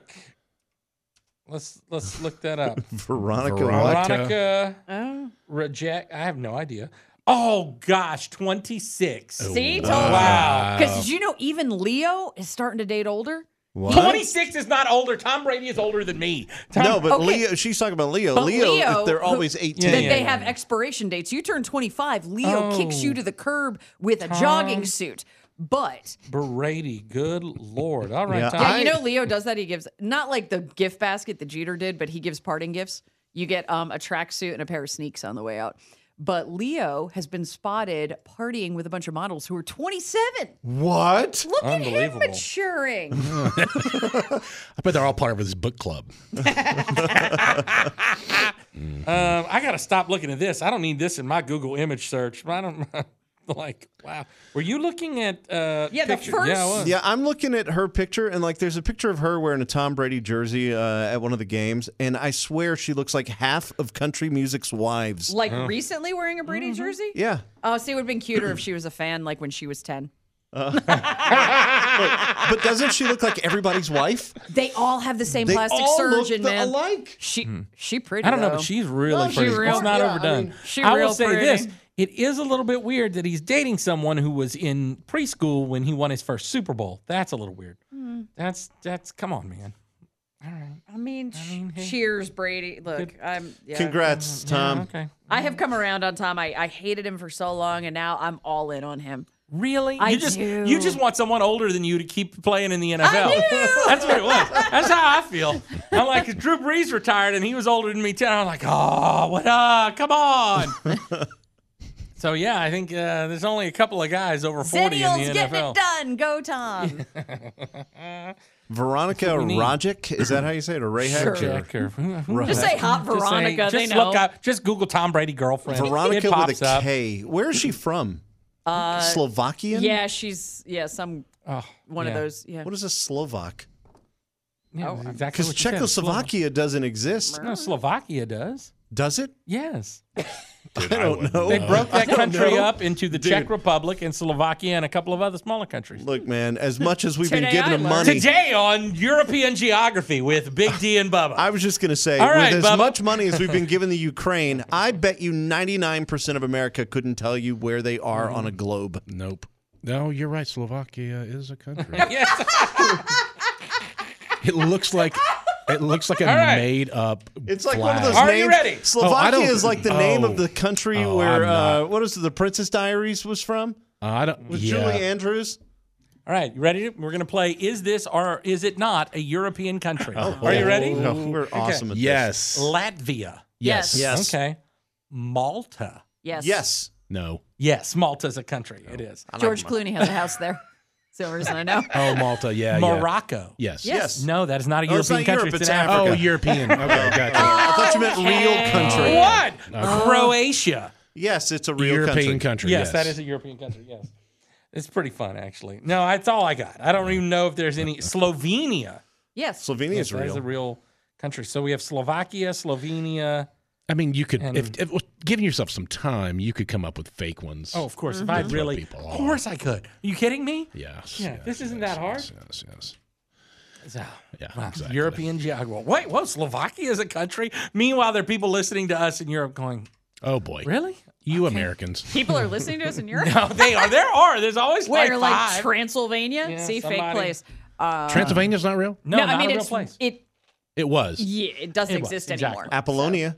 S2: Let's let's look that up.
S5: Veronica,
S6: Veronica.
S5: what?
S2: Veronica
S7: Oh.
S2: Reject. I have no idea. Oh gosh, 26.
S7: See, told
S2: Wow.
S7: Because did you know even Leo is starting to date older?
S5: What?
S2: 26 is not older. Tom Brady is older than me. Tom,
S5: No, but
S7: Okay.
S5: Leo, she's talking about Leo.
S7: But
S5: Leo,
S7: Leo,
S5: they're
S7: who-
S5: always 18.
S2: Yeah,
S7: That
S2: yeah,
S7: they
S2: yeah.
S7: have expiration dates. You turn 25, Leo kicks
S5: Oh.
S7: you to the curb with a jogging suit. But
S2: Brady, good lord. All right,
S5: Yeah,
S2: Tom.
S7: Yeah,
S5: I-
S7: you know Leo does that. He gives not like the gift basket that Jeter did, but he gives parting gifts. You get um, a tracksuit and a pair of sneaks on the way out. But Leo has been spotted partying with a bunch of models who are 27.
S5: What?
S7: Look at him
S2: Unbelievable.
S7: maturing.
S5: *laughs*
S6: I bet they're all part of his book club.
S2: Um, I gotta stop looking at this. I don't need this in my Google image search. I don't *laughs* like. Wow, were you looking at? Uh,
S7: Yeah, the
S2: picture- Yeah, I
S7: first-
S2: was.
S5: Yeah, I'm looking at her picture, and like, there's a picture of her wearing a Tom Brady jersey uh, at one of the games, and I swear she looks like half of country music's wives.
S7: like recently wearing a Brady jersey?
S5: Mm-hmm. Yeah,
S7: Oh, see, it would have been cuter if she was a fan, like when she was 10.
S5: but doesn't she look like everybody's wife?
S7: They all have the same plastic
S5: all look
S7: surgeon,
S5: the-
S7: man.
S5: alike.
S7: She, she pretty.
S2: Hmm. I don't know,
S7: though.
S2: but she's really
S5: No, she's
S2: pretty.
S7: real-
S2: it's not
S5: yeah, I
S2: overdone. I,
S5: mean,
S7: she
S2: will
S7: real
S2: say
S7: pretty.
S2: this: it is a little bit weird that he's dating someone who was in preschool when he won his first Super Bowl. That's a little weird.
S7: Hmm.
S2: That's that's. Come on, man.
S7: I mean, cheers, Brady. Look, I'm. Yeah.
S5: Congrats, Tom.
S2: Mm-hmm. Okay.
S7: I have come around on Tom. I, I hated him for so long, and now I'm all in on him.
S2: Really?
S7: I
S2: you just
S7: do.
S2: you just want someone older than you to keep playing in the NFL. *laughs* That's what it was. That's how I feel. I'm like, 'cause Drew Brees retired and he was older than me too. I'm like, oh, what? Uh, come on.
S7: *laughs*
S2: so yeah, I think uh, there's only a couple of guys over 40 in the
S3: Zenial's getting
S2: NFL.
S3: it done. Go, Tom.
S7: *laughs*
S5: Veronica
S2: need.
S5: Rajic, is that how you say it? Or Ray
S7: Sure.
S5: Hatcher?
S2: Check or- who- who-
S5: Right.
S7: Just say hot
S2: just say-
S7: Veronica.
S2: just
S7: they know.
S2: look up. Just Google Tom Brady girlfriend.
S5: Veronica
S2: it pops
S5: with a K.
S2: up. Uh,
S5: Where is she from? Slovakian?
S7: Yeah, she's yeah some
S2: Oh,
S7: one of
S2: yeah.
S7: those. Yeah.
S5: What is a Slovak?
S7: Oh,
S2: Yeah, that's exactly.
S5: Because
S2: what you said.
S5: Czechoslovakia doesn't exist,
S2: No, Slovakia does.
S5: does it?
S2: Yes.
S5: I don't know.
S2: They broke that
S5: *laughs* I don't
S2: country
S5: know.
S2: up into the Czech Republic and Slovakia and a couple of other smaller countries.
S5: Look, man, as much as we've been
S7: Today
S5: giving
S7: I
S5: them
S7: learned.
S5: money,
S2: Today on European Geography with Big D and Bubba.
S5: *laughs* I was just going to say,
S2: All right,
S5: with as
S2: Bubba.
S5: much money as we've been giving the Ukraine, I bet you 99% of America couldn't tell you where they are on a globe.
S6: Nope. No, you're right. Slovakia is
S2: *laughs*
S6: a country.
S2: yes.
S6: it looks like it looks like a
S2: right.
S6: made up.
S5: It's like one of those
S2: Are
S5: names.
S2: you ready?
S5: Slovakia
S6: Oh, I don't-
S5: is like the name of
S6: oh.
S5: the country
S6: Oh,
S5: where
S6: I'm not.
S5: uh, what is it, the Princess Diaries was from?
S6: I don't.
S5: Was
S6: yeah.
S5: Julie Andrews?
S2: All right, you ready? We're going to play Is This or Is It Not a European Country? Are you ready?
S5: Oh, No, we're awesome at
S6: Yes.
S2: Latvia.
S6: Yes.
S5: Yes.
S2: Okay. Malta.
S7: yes.
S5: this. Yes.
S6: No.
S2: Yes, Malta's a country. It is.
S5: Oh.
S7: George Clooney has a house there. It's the only reason I *laughs* know.
S6: Oh, Malta. Yeah. yeah.
S2: Morocco.
S6: Yes.
S5: Yes.
S2: No, that is not a
S5: No, it's
S2: European
S5: not
S2: country.
S5: Europe,
S2: it's
S5: it's
S2: in
S5: Africa.
S2: Africa.
S6: Oh, European. Okay, gotcha.
S5: I thought you meant real country.
S2: What?
S5: Oh.
S2: Croatia.
S5: Yes, it's a real country.
S6: European country.
S2: Yes, that is a European country. Yes, it's pretty fun actually. No, that's all I got. I don't even know if there's *laughs* any Slovenia.
S7: Yes.
S5: Slovenia
S2: Yes,
S5: is
S2: that is
S5: real.
S2: a real country. So we have Slovakia, Slovenia.
S6: I mean, you could if, if giving yourself some time, you could come up with fake ones.
S2: Oh, of course. If I really,
S6: people
S2: of
S6: off.
S2: course I could. Are you kidding me?
S6: yes.
S2: Yeah,
S6: yes,
S2: this isn't
S6: yes,
S2: that hard.
S6: Yes. Yes. yes.
S2: So,
S6: Yeah.
S2: wow,
S6: exactly.
S2: European geography. Wait, whoa, Slovakia is a country. Meanwhile, there are people listening to us in Europe going,
S6: Oh boy.
S2: "Really? *laughs*
S6: You Americans.
S7: People are listening to us *laughs* in Europe.
S2: No, they are. There are. There's always
S7: Where
S2: like
S7: like,
S2: five.
S7: Transylvania?
S2: Yeah,
S7: See, fake
S2: somebody-
S7: place. Uh,
S6: Transylvania's not real.
S2: no, not
S7: I mean
S2: a real
S7: it's
S2: place.
S7: it.
S6: It was.
S7: Yeah, it doesn't
S2: It was,
S7: exist
S2: exactly.
S7: anymore.
S5: Apollonia.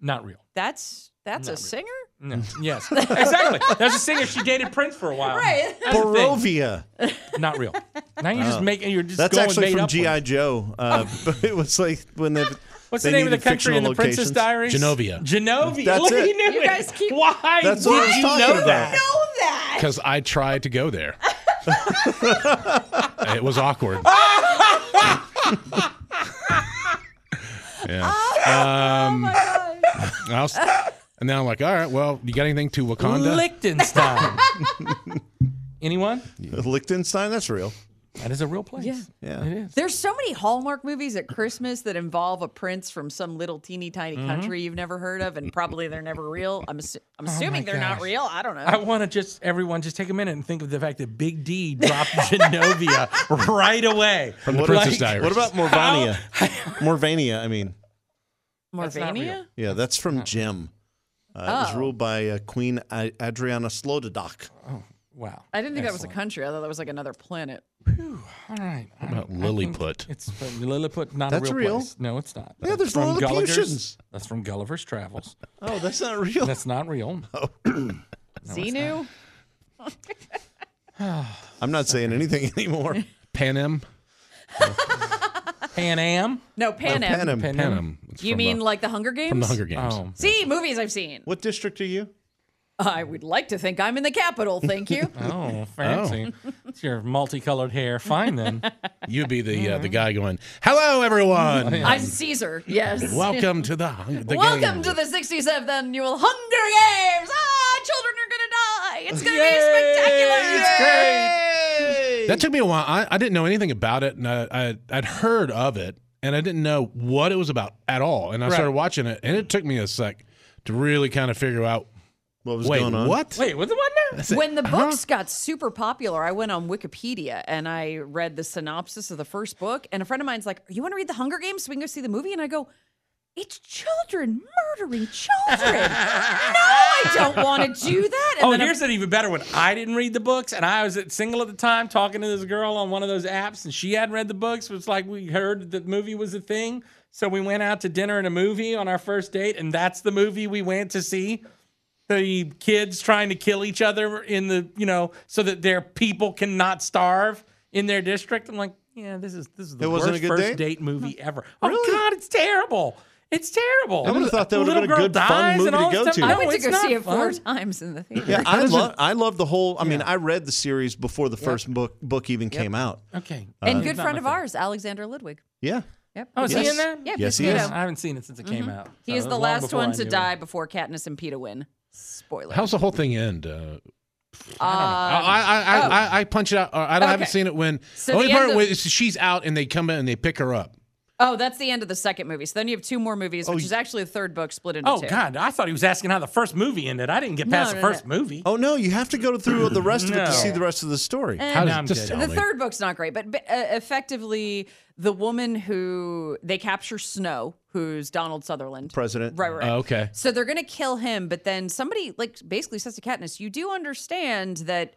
S2: not real.
S7: That's that's a singer. *laughs*
S2: No. yes, exactly. There's a singer. She dated Prince for a while.
S7: Right.
S2: That's the thing.
S5: Barovia.
S2: Not real. Now you're just making. You're just
S5: Oh. That's
S2: going made
S5: actually
S2: up
S5: from
S2: ones.
S5: G.I. Joe.
S2: *laughs*
S5: Uh, *laughs* but it was like when they.
S2: What's
S5: they
S2: the name of the
S5: needed
S2: country in the
S5: fictional
S2: Princess Diaries?
S5: locations.
S6: Genovia.
S2: Genovia.
S5: That's
S2: Look,
S5: it.
S2: he knew
S7: You
S2: it.
S7: guys keep-
S2: Why
S5: That's
S2: did
S5: what I was
S2: you
S5: talking
S2: know
S5: about.
S2: that?
S6: Because I tried to go
S7: *laughs*
S6: there. it was awkward. yeah.
S7: Oh,
S6: um, I was- and now I'm like, all right, well, you got anything to Wakanda?
S2: Liechtenstein. Anyone?
S5: Uh, Liechtenstein, that's real.
S2: That is a real place. Yeah.
S5: Yeah.
S2: It is.
S7: There's so many Hallmark movies at Christmas that involve a prince from some little teeny tiny country you've never heard of, and probably they're never real. I'm assu- I'm assuming they're not
S2: gosh.
S7: real. I don't know.
S2: I want to just everyone just take a minute and think of the fact that Big D dropped *laughs* Genovia right away.
S6: From the
S5: What
S6: Princess
S2: like-
S6: Diaries.
S5: What about Morvania?
S2: *laughs*
S5: Morvania, I mean.
S2: not real.
S7: Morvania.
S5: Yeah, that's
S2: Oh.
S5: from Jim. Uh, It was
S7: Oh.
S5: ruled by uh, Queen I- Adriana Slododok.
S2: Wow.
S7: I didn't think that was a country. I thought that was like another planet.
S2: All right. All right.
S6: About Lilliput?
S2: It's from Lilliput, not
S5: That's
S2: a real,
S5: real.
S2: place. No, it's not.
S5: Yeah, there's
S2: from
S5: Lilliputians.
S2: Gulliver's- That's from Gulliver's Travels.
S5: Oh, that's not real.
S2: That's not real.
S5: Oh.
S7: Xenu.
S5: *laughs* I'm not saying anything *laughs*
S2: *laughs*
S5: anymore.
S6: Panem?
S2: Pan Am.
S7: No, Pan Am.
S5: Panem.
S2: Pan Am.
S6: Panem. It's
S7: You
S6: from
S7: mean
S6: the,
S7: like the Hunger Games?
S6: from the Hunger Games?
S2: Oh.
S7: See, movies I've seen.
S5: What district are you?
S7: I would like to think I'm in the capital. Thank you.
S2: Oh, fancy. It's your multicolored hair. Fine then.
S6: You'd be the uh, the guy going, "Hello,
S7: *laughs*
S6: everyone.
S7: I'm Caesar. Yes.
S6: Welcome to the Hunger the
S7: Welcome
S6: Games."
S7: to the 67th annual Hunger Games. Ah, children are gonna die. It's gonna be spectacular.
S6: That took me a while. I, I didn't know anything about it, and I, I I'd heard of it, and I didn't know what it was about at all. And I started watching it, and it took me a sec to really kind of figure out.
S5: What was
S6: Wait,
S5: going on?
S6: what?
S2: Wait, what the what now?
S7: When the
S2: Uh-huh.
S7: books got super popular, I went on Wikipedia and I read the synopsis of the first book. And a friend of mine's like, You want to read The Hunger Games so we can go see the movie? And I go, It's children murdering
S2: *laughs*
S7: children. no, I don't want to do that. And
S2: Oh,
S7: then a-
S2: here's an even better one. I didn't read the books, and I was single at the time, talking to this girl on one of those apps, and she hadn't read the books. It was like we heard that the movie was a thing, so we went out to dinner and a movie on our first date, and that's the movie we went to see. The kids trying to kill each other in the you know so that their people cannot starve in their district. I'm like, yeah, this is this is the
S5: It
S2: worst
S5: wasn't a good
S2: first
S5: date?
S2: movie ever. Oh God, it's terrible. It's terrible.
S5: I would've thought that
S2: The
S5: would've been
S2: little
S5: a
S2: girl
S5: good, fun
S2: dies and
S5: movie to
S2: all
S5: go
S2: this
S5: to.
S2: stuff.
S7: I
S2: No,
S7: went to
S2: it's
S7: go see
S2: not
S7: it four
S2: fun.
S7: times in the theater.
S5: Yeah, I love I love the whole. I mean, I read the series before the first book book even came out.
S2: Okay.
S7: And good friend of ours, Alexander Ludwig.
S5: Yeah,
S7: Yep.
S2: Oh, is he Mm-hmm.
S5: Yes.
S2: in there?
S7: Yeah,
S5: Yes,
S7: yes,
S5: he
S7: he
S5: is.
S2: I haven't seen it since it came out.
S7: He
S2: So
S7: is
S2: it
S7: the
S2: was Uh, long
S7: last
S2: before I
S7: one to
S2: knew
S7: die
S2: it.
S7: before Katniss and Peeta win. Spoiler.
S6: How's the whole thing end? Uh,
S7: Uh,
S6: I, I, I, I I punch it out. or I, don't- I haven't
S7: Okay.
S6: seen it when.
S7: So
S6: the only
S7: the
S6: part
S7: end of-
S6: was she's out, and they come in and they pick her up.
S7: oh, that's the end of the second movie. So then you have two more movies, which is actually the third book split into
S2: Oh
S7: two.
S2: God! I thought he was asking how the first movie ended. I didn't get past
S7: no,
S2: the
S7: no.
S2: first movie.
S5: Oh no, you have to go through the rest of it
S2: No.
S5: to see the rest of the story.
S7: Eh.
S6: How
S2: now I'm
S6: does, just
S2: good.
S6: tell
S7: The
S6: me.
S7: third book's not great, but b- uh, effectively, the woman who they capture Snow, who's Donald Sutherland,
S5: President.
S7: right, right, right.
S6: Oh, okay.
S7: So they're gonna kill him, but then somebody like basically says to Katniss, "You do understand that."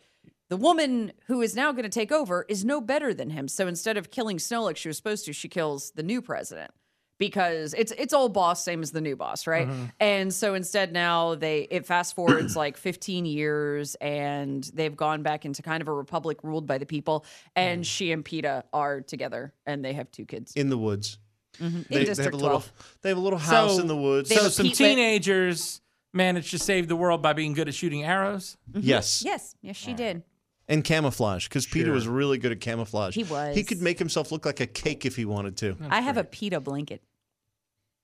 S7: The woman who is now going to take over is no better than him. So instead of killing Snow like she was supposed to, she kills the new president because it's it's old boss same as the new boss, right? And so instead now they it fast forwards like 15 years and they've gone back into kind of a republic ruled by the people and she and PETA are together and they have two kids.
S5: In the woods.
S7: Mm-hmm. In District
S5: have a little.
S7: 12.
S5: They have a little house
S2: So-
S5: in the woods.
S7: They
S2: So
S7: have a
S2: some
S7: peat wit.
S2: teenagers managed to save the world by being good at shooting arrows.
S7: mm-hmm.
S5: yes.
S7: Yes, yes she did.
S5: And camouflage, because Peter was really good at camouflage.
S7: He was.
S5: He could make himself look like a cake if he wanted to.
S7: I have a PETA blanket.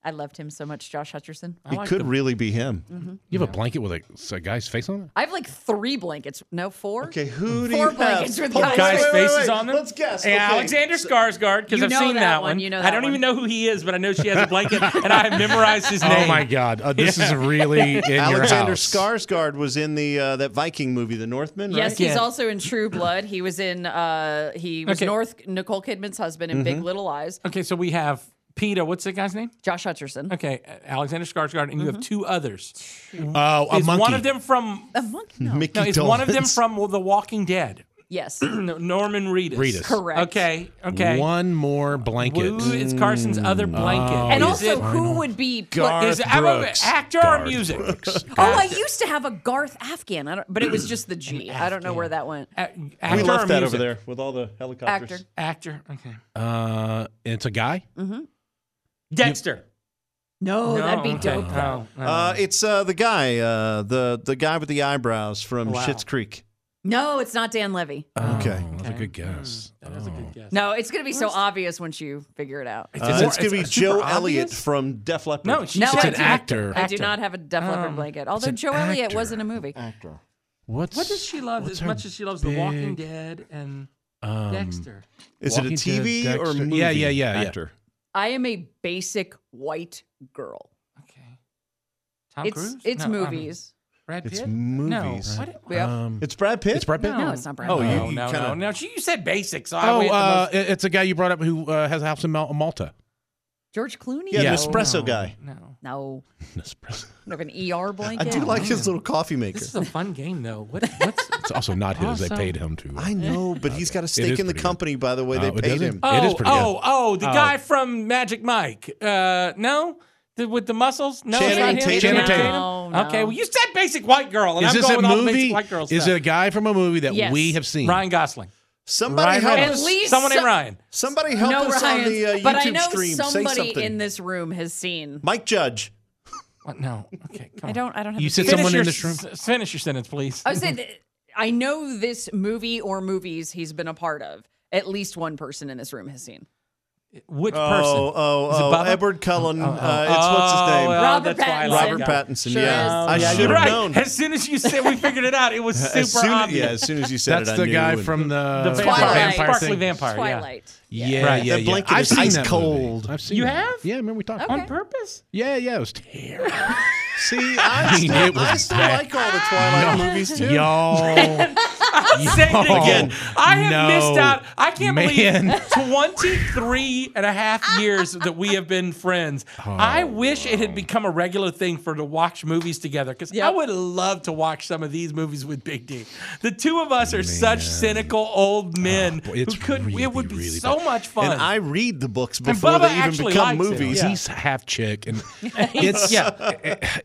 S7: I loved him so much, Josh Hutcherson.
S2: I
S5: It
S2: like
S5: could
S2: the-
S5: really be him.
S7: Mm-hmm.
S6: You have a blanket with a, a guy's face on it.
S7: I have like three blankets. No, four.
S5: Okay, who do
S7: Four
S5: you
S7: blankets
S5: have?
S7: with
S5: Hold on,
S2: Guys'
S5: wait, wait,
S2: faces
S5: wait.
S2: on them.
S5: Let's guess.
S2: And
S5: okay.
S2: Alexander
S5: So-
S2: Skarsgård, because
S7: You
S2: I've
S7: know
S2: seen
S7: that
S2: that,
S7: one, you know
S2: I
S7: that
S2: don't
S7: one.
S2: even know who he is, but I know she has a blanket, and I have memorized his name.
S6: *laughs* Oh my God! Uh, this is *laughs* really in your
S5: Alexander
S6: house.
S5: Skarsgård was in the uh, that Viking movie, The Northman.
S7: Yes,
S5: right?
S7: he's
S2: Yeah.
S7: also in True Blood. He was in uh he was
S2: Okay.
S7: North Nicole Kidman's husband in Big Little Eyes.
S2: Okay, so we have Peter. What's the guy's name?
S7: Josh Hutcherson.
S2: Okay, Alexander Skarsgård, and you have two others.
S6: Oh, a
S2: is
S6: monkey.
S2: one of them from?
S7: A monk? No.
S5: Mickey
S2: No, is one of them
S5: Dolenz.
S2: from The Walking Dead?
S7: Yes.
S2: *clears throat* No, Norman Reedus.
S6: Reedus.
S7: Correct.
S2: Okay. Okay.
S6: One more blanket.
S2: Who is Carson's other blanket?
S7: And
S2: Is
S7: also
S2: it-
S7: who would be put-
S6: Garth
S2: is it- I'm a-
S6: Brooks.
S2: actor or
S6: Garth
S2: music?
S6: Brooks.
S7: Oh, I used to have a Garth Afghan, I don't, but it was just the G. I don't know where that went.
S2: A- actor
S5: We
S2: or
S5: left that over
S2: music?
S5: there with all the helicopters.
S2: Actor.
S7: Actor.
S2: Okay.
S6: Uh, it's a guy.
S2: Dexter.
S7: No, that'd be
S2: okay.
S7: dope.
S2: Oh, oh.
S5: Uh, it's uh, the guy, uh, the the guy with the eyebrows from
S2: Wow.
S5: Schitt's Creek.
S7: No, it's not Dan Levy.
S5: Okay.
S6: Oh, that's a good guess.
S2: Mm,
S6: Oh.
S2: that was a good guess.
S7: No, it's gonna be so obvious once you figure it out.
S5: Uh,
S2: Is it-
S5: it's gonna be
S2: it's super
S5: Joe Elliott
S2: obvious?
S5: from Def Leppard.
S2: No, she
S7: No,
S2: said
S7: it's
S6: an actor.
S7: I do not have a Def Leppard blanket, although
S6: an
S7: Joe Elliott was
S6: actor.
S7: in a movie.
S6: What's
S2: What does she love
S6: what's
S2: as
S6: her
S2: much as she loves The Walking
S6: big,
S2: Dead and
S6: um,
S2: Dexter?
S5: is it a
S6: Walking Dead,
S5: TV or
S6: Dexter.
S5: movie?
S6: Yeah, yeah, yeah, yeah.
S5: Actor.
S7: I am a basic white girl.
S2: Okay. Tom
S7: it's
S2: Cruise?
S7: it's
S2: No, um, I mean,
S7: movies.
S2: Brad Pitt?
S5: It's
S2: No.
S5: movies.
S2: What-
S7: Yeah.
S6: Um,
S5: It's Brad Pitt.
S6: it's Brad Pitt.
S7: no, it's not Brad.
S5: Oh,
S7: Pitt.
S5: you-
S2: No,
S5: you
S2: no, no.
S5: kinda-
S2: No, she- you said basic, so I
S6: Oh,
S2: went the
S6: uh,
S2: most-
S6: it- it's a guy you brought up who uh, has a house in Mal- Malta.
S7: George Clooney.
S5: Yeah,
S6: Yeah.
S5: the
S7: No.
S5: espresso guy.
S2: No.
S7: No,
S6: Nespresso.
S7: no, an ER
S5: I
S7: blanket.
S5: do like his little coffee maker.
S2: This is a fun game, though.
S6: *laughs*
S2: What, what's.
S6: It's also not his. They
S2: Awesome.
S6: paid him to. uh, *laughs*
S5: I know, but he's got a stake
S6: is
S5: in the
S6: pretty good.
S5: company. By the way,
S6: Uh,
S5: they
S6: it
S5: paid
S6: doesn't-
S5: him.
S6: It
S2: Oh,
S6: is pretty
S2: oh,
S6: good.
S2: oh, the
S6: Oh.
S2: guy from Magic Mike. Uh, no, the, with the muscles. No,
S5: Channing
S2: not him?
S5: Tatum.
S6: Channing Tatum.
S7: No, no.
S2: Okay, well, you said basic white girl, and
S6: Is
S2: I'm
S6: this
S2: going
S6: a
S2: with all the
S6: movie?
S2: basic white girl
S6: Is
S2: stuff.
S6: it a guy from a movie that
S7: Yes.
S6: we have seen?
S2: Ryan Gosling?
S5: Somebody help
S2: Ryan.
S5: us.
S7: least
S2: Someone named
S7: so-
S2: Ryan.
S5: Somebody help
S7: no
S5: us on the uh, YouTube
S7: but I know
S5: stream. Say
S7: somebody
S5: something.
S7: in this room has seen.
S5: Mike Judge.
S2: What? No. Okay. Come
S7: I
S2: on.
S7: don't. I don't have. Uh,
S6: You
S7: a
S6: said
S7: date.
S6: someone
S2: your,
S6: in this room?
S2: s- finish your sentence, please.
S7: I would say that I know this movie or movies he's been a part of. At least one person in this room has seen.
S2: Which
S5: Oh,
S2: person?
S5: oh,
S2: Is it
S5: oh.
S2: Bubba?
S5: Edward Cullen.
S2: Oh, oh,
S5: Uh, it's what's his
S2: oh,
S5: name?
S2: well,
S7: Robert
S2: that's why I
S7: Pattinson.
S2: like
S5: Robert
S2: him.
S5: Pattinson.
S7: Sure
S5: yeah,
S7: is.
S5: I
S2: yeah,
S5: should
S2: you're
S5: have
S2: right.
S5: known.
S2: As soon as you said we figured it out, it was super
S5: *laughs* as soon,
S2: obvious.
S5: Yeah, as soon as you said
S6: That's
S5: it, I
S6: the
S5: knew
S6: guy
S5: and- *laughs*
S6: from the,
S2: The vampire,
S7: Twilight.
S2: sparkly
S6: thing.
S2: vampire.
S7: Twilight.
S6: Yeah, yeah,
S2: Right.
S6: yeah.
S5: That blanket
S6: I've
S5: is
S6: seen
S5: ice
S6: that movie.
S5: cold.
S6: I've seen
S2: You
S6: that.
S2: have?
S6: Yeah, remember we talked.
S2: Yeah.
S6: about
S2: On
S6: it.
S2: purpose?
S6: Yeah, yeah, it was terrible.
S5: See, I
S6: mean,
S5: still,
S6: it was
S5: I still
S6: bad.
S5: like all the Twilight movies too.
S6: *laughs* Y'all,
S2: Said it
S5: Oh.
S2: again. I have
S6: no.
S2: missed out. I can't
S6: Man.
S2: believe 23 and a half years that we have been friends.
S5: Oh.
S2: I wish it had become a regular thing for to watch movies together because I would love to watch some of these movies with Big D. The two of us are such cynical
S5: Ah,
S2: old men
S6: boy, it's
S2: who could
S6: really,
S2: it would be
S6: really
S2: so
S6: bad.
S2: much fun.
S5: And I read the books
S2: And
S5: before
S2: Bubba
S5: they even
S2: actually
S5: become
S2: likes it.
S5: movies.
S2: Yeah.
S6: he's half chick, and it's yeah,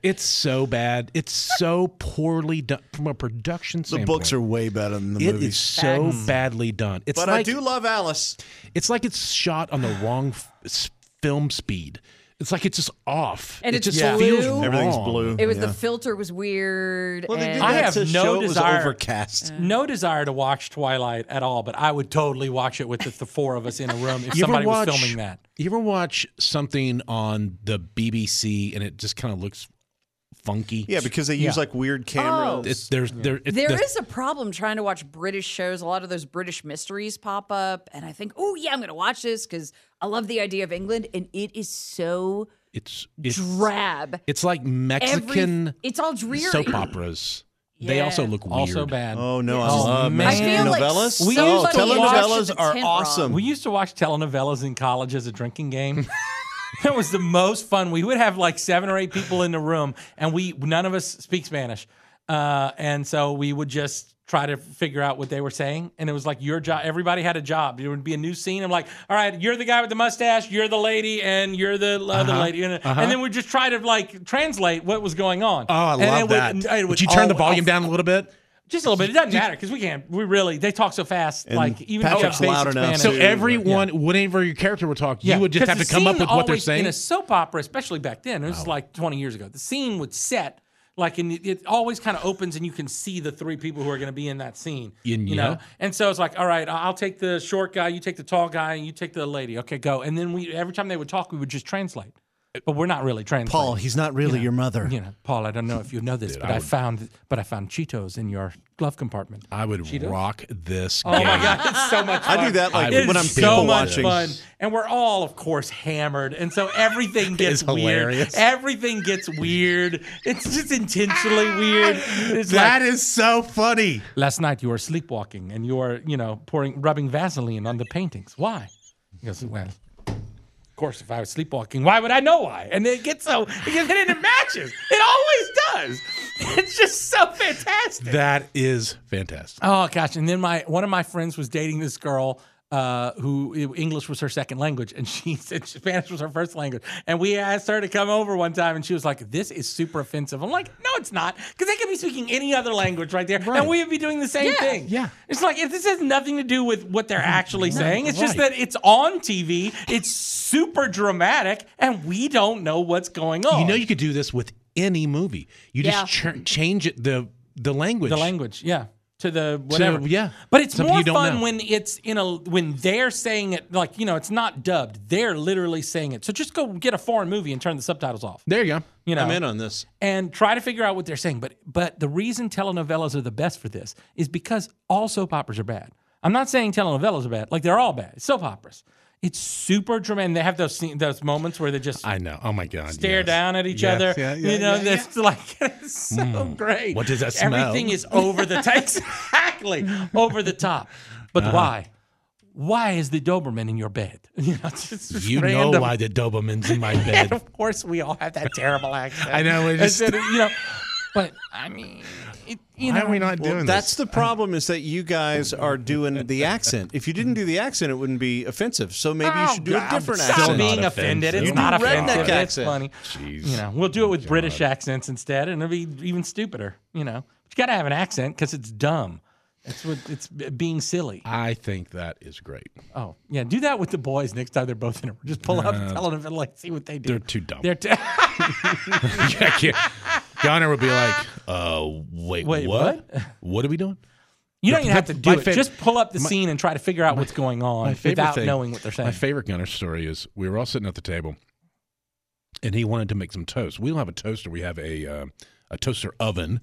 S6: it's so bad. It's so poorly done from a production
S5: The
S6: standpoint.
S5: books are way better than the
S6: It
S5: movies. Mm.
S6: is so badly done. It's
S5: but
S6: like
S5: I do love Alice.
S6: it's like it's shot on the wrong f- s- film speed. It's like it's just off.
S7: And
S6: it
S7: it's
S6: just
S7: blue.
S6: feels wrong.
S5: Everything's blue.
S7: It was
S5: Yeah.
S7: the filter was weird.
S5: Oh. Well, they did
S7: and-
S5: that
S2: I have
S5: to
S2: no
S5: show it was
S2: desire-
S5: overcast.
S2: no desire to watch Twilight at all, but I would totally watch it with the, the four of us in a room if
S6: *laughs* You ever
S2: somebody
S6: watch-
S2: was filming that.
S6: You ever watch something on the BBC and it just kind of looks funky?
S5: Yeah, because they use like weird cameras.
S6: it's, there's there. It,
S7: There is
S6: the-
S7: a problem trying to watch British shows. A lot of those British mysteries pop up, and I think, oh yeah, I'm going to watch this because I love the idea of England, and it is so
S6: It's it's,
S7: drab.
S6: it's like
S7: Every-
S6: Mexican
S7: it's all dreary.
S6: soap operas. They also
S7: Yeah.
S6: look weird.
S2: Also bad.
S5: Oh no, I
S2: Oh,
S5: love
S2: man. I feel
S7: like
S5: novellas.
S7: We
S5: oh,
S7: somebody watched
S5: telenovelas
S7: the
S5: are
S7: tent wrong.
S5: awesome.
S2: We used to watch telenovelas in college as a drinking game. *laughs* that was the most fun. We would have like seven or eight people in the room, and we none of us speak Spanish, uh, and so we would just try to figure out what they were saying. And it was like your job. Everybody had a job. There would be a new scene. I'm like, all right, you're the guy with the mustache, you're the lady, and you're the other
S6: Uh-huh.
S2: lady, and, and then we'd just try to like translate what was going on.
S6: Oh, I
S2: And
S6: love
S2: it would-
S6: that.
S2: it
S6: Would,
S2: would
S6: you turn the
S2: al-
S6: volume
S2: al-
S6: down a little bit?
S2: Just a little bit. It doesn't matter because we can't. We really they talk so fast. like even if you have
S5: Patrick's loud
S2: basic
S5: enough,
S2: Spanish.
S6: So
S5: Dude,
S6: everyone, whenever your character would talk, you would just
S2: 'cause
S6: have to
S2: the
S6: come up
S2: scene
S6: with what they're
S2: always-
S6: saying. Oh.
S2: In a soap opera, especially back then, it was like 20 years ago, the scene would set. Like and it- it always kind of opens and you can see the three people who are going to be in that scene,
S6: Yeah.
S2: you know. And so it's like, all right, I'll take the short guy, you take the tall guy, and you take the lady. Okay, go. And then we every time they would talk, we would just translate, but we're not really translating.
S5: Paul, he's not really your mother.
S2: you know, Paul, I don't know if you know this, but I, found but I found Cheetos in your glove compartment.
S6: I would rock this
S2: Oh
S6: game.
S2: my god, it's so much fun.
S5: I do that like
S6: I
S5: when
S6: would
S5: I'm
S6: so
S5: people
S6: much
S5: watching.
S2: fun, and we're all, of course, hammered, and so
S5: *laughs*
S2: everything gets
S6: is
S2: weird.
S6: hilarious.
S2: Everything gets weird. It's just intentionally weird. It's
S6: That
S2: like,
S6: is so funny.
S2: last night you were sleepwalking, and you were, you know, pouring, rubbing Vaseline on the paintings. Why? He goes, well. Of course, if I was sleepwalking, why would I know why? And it gets so, it gets, and it matches. It always does. *laughs* It's just so fantastic.
S6: That is fantastic.
S2: Oh gosh! And then my one of my friends was dating this girl uh, who English was her second language, and she *laughs* said Spanish was her first language. And we asked her to come over one time, and she was like, "This is super offensive." I'm like, "No, it's not, because they could be speaking any other language right there, and we would be doing the same thing."
S6: yeah. Mm-hmm.
S2: It's like if this has nothing to do with what they're actually saying. It's just
S6: right.
S2: that it's on TV, it's super dramatic, and we don't know what's going on.
S6: You know, you could do this with any movie. You just ch- change it the the language.
S2: the language yeah to the whatever
S6: yeah,
S2: but it's
S6: something
S2: more
S6: you don't
S2: fun
S6: know.
S2: when it's in a when they're saying it like you know it's not dubbed they're literally saying it so just go get a foreign movie and turn the subtitles off
S6: There you go.
S2: you know
S5: I'm in on this.
S2: and try to figure out what they're saying but but the reason telenovelas are the best for this is because all soap operas are bad i'm not saying telenovelas are bad like they're all bad soap operas it's super dramatic they have those scene- those moments where they just
S6: I know. Oh my god.
S2: stare
S6: yes.
S2: down at each
S6: Yes,
S2: other.
S6: yeah, yeah,
S2: you know,
S6: yeah, Hmm.
S2: that's like *laughs* it's so great.
S6: What does that smell?
S2: Everything is over
S6: *laughs*
S2: the top. exactly over the top. But
S6: Uh-huh.
S2: why? Why is the Doberman in your bed? *laughs* You know, it's just
S6: You
S2: random.
S6: know
S2: *laughs*
S6: why the Doberman's in my bed.
S2: Of course, we all have that terrible accent.
S6: I know, we
S2: And
S6: just-
S2: so, you know, but I mean, it, you
S6: Why
S2: know,
S6: are we not
S5: Well,
S6: doing
S5: that's
S6: this?
S5: the problem is that you guys are doing the accent. If you didn't do the accent, it wouldn't be offensive. So maybe you
S2: Oh,
S5: should do a
S2: God,
S5: different
S2: stop
S5: accent.
S6: being
S2: being offended.
S6: offensive.
S2: It's
S6: You
S2: not
S5: do redneck
S2: offensive. It's
S5: accent.
S2: funny. You know, we'll do it with British accents instead, and it'll be even stupider. You know, but you got to have an accent because it's dumb. It's what it's b- being silly.
S6: I think that is great.
S2: Oh yeah, do that with the boys next time they're both in a room. Just pull out the television and like see what they do.
S6: They're too dumb. *laughs*
S2: They're t- *laughs*
S6: I can't. Gunner would be like,
S2: *laughs*
S6: uh, wait,
S2: Wait,
S6: what? What, are we doing?
S2: you don't even have
S6: *laughs*
S2: to do
S6: my
S2: it.
S6: fav-
S2: Just pull up the scene and try to figure out what's going on without knowing what they're saying.
S6: My favorite Gunner story is we were all sitting at the table, and he wanted to make some toast. We don't have a toaster. We have a uh, a toaster oven,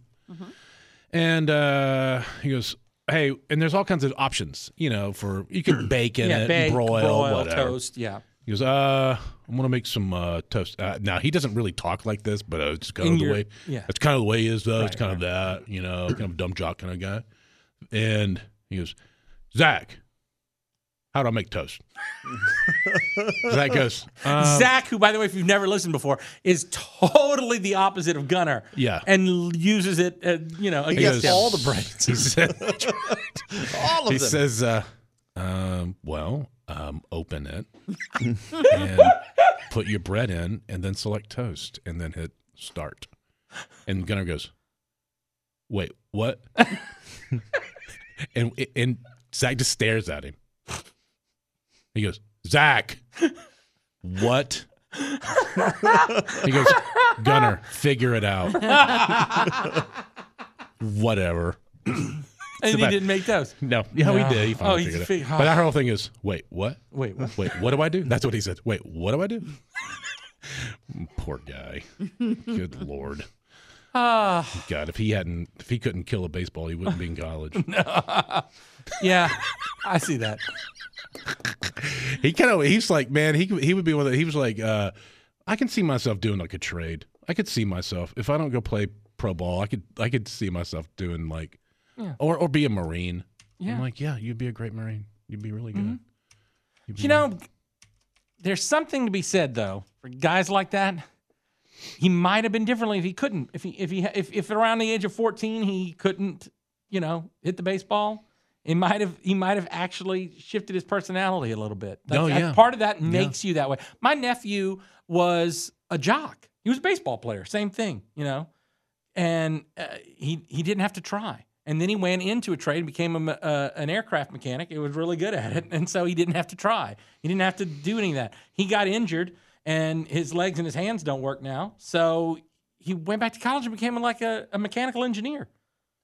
S6: and uh, he goes, "Hey," and there's all kinds of options. You know, for you
S2: *clears throat*
S6: can bake in
S2: yeah,
S6: it,
S2: bake,
S6: broil,
S2: broil,
S6: whatever.
S2: toast. Yeah,
S6: He goes, "Uh, I'm gonna make some uh, toast." Uh, now he doesn't really talk like this, but uh, it's kind
S2: In
S6: of the
S2: your-
S6: way.
S2: yeah.
S6: it's kind of the way he is though. it's kind of that, you know, kind of dumb jock kind of guy. And he goes, "Zach, how do I make toast?" *laughs* Zach goes, um,
S2: Zach, who by the way, if you've never listened before, is totally the opposite of Gunner.
S6: Yeah.
S2: and l- uses it, uh, you know,
S5: He
S2: against
S5: gets
S6: goes-
S5: all the brains.
S6: *laughs* He said,
S5: All of
S6: he
S5: them.
S6: says, uh, um, well, um, open it *laughs* and put your bread in and then select toast and then hit start. And Gunnar goes, wait, what? and, and Zach just stares at him. He goes, Zach, what? he goes, Gunnar, figure it out.
S5: *laughs*
S6: Whatever.
S2: and he
S6: about-
S2: didn't make toast.
S6: No, yeah, we
S2: No.
S6: did. He finally
S2: Oh, he
S6: figured it.
S2: fig-
S6: out. But our whole thing is, wait, what?
S2: Wait, what?
S6: Wait, what do I do? That's what he said. Wait, what do *laughs* I do? Poor guy. Good
S2: *laughs*
S6: lord.
S2: Ah.
S6: God, if he hadn't, if he couldn't kill a baseball, he wouldn't be
S2: *laughs*
S6: in college.
S2: Yeah, I see that.
S6: He kind of, he's like, man, he he would be one of. The, he was like, uh, I can see myself doing like a trade. I could see myself if I don't go play pro ball, I could I could see myself doing like, or or be a marine.
S2: Yeah. Mm-hmm.
S6: I'm like, yeah, you'd be a great marine. You'd be really good. You'd be
S2: You know, there's something to be said though for guys like that. He might have been differently if he couldn't. If he if he if, if around the age of 14 he couldn't, you know, hit the baseball, it might have he might have actually shifted his personality a little bit.
S6: No,
S2: that-
S6: yeah.
S2: Part of that makes you that way. My nephew was a jock. He was a baseball player. Same thing, you know and uh, he he didn't have to try. And then he went into a trade and became a, me- uh, an aircraft mechanic. He was really good at it, and so he didn't have to try. He didn't have to do any of that. He got injured, and his legs and his hands don't work now. So he went back to college and became like a, a mechanical engineer.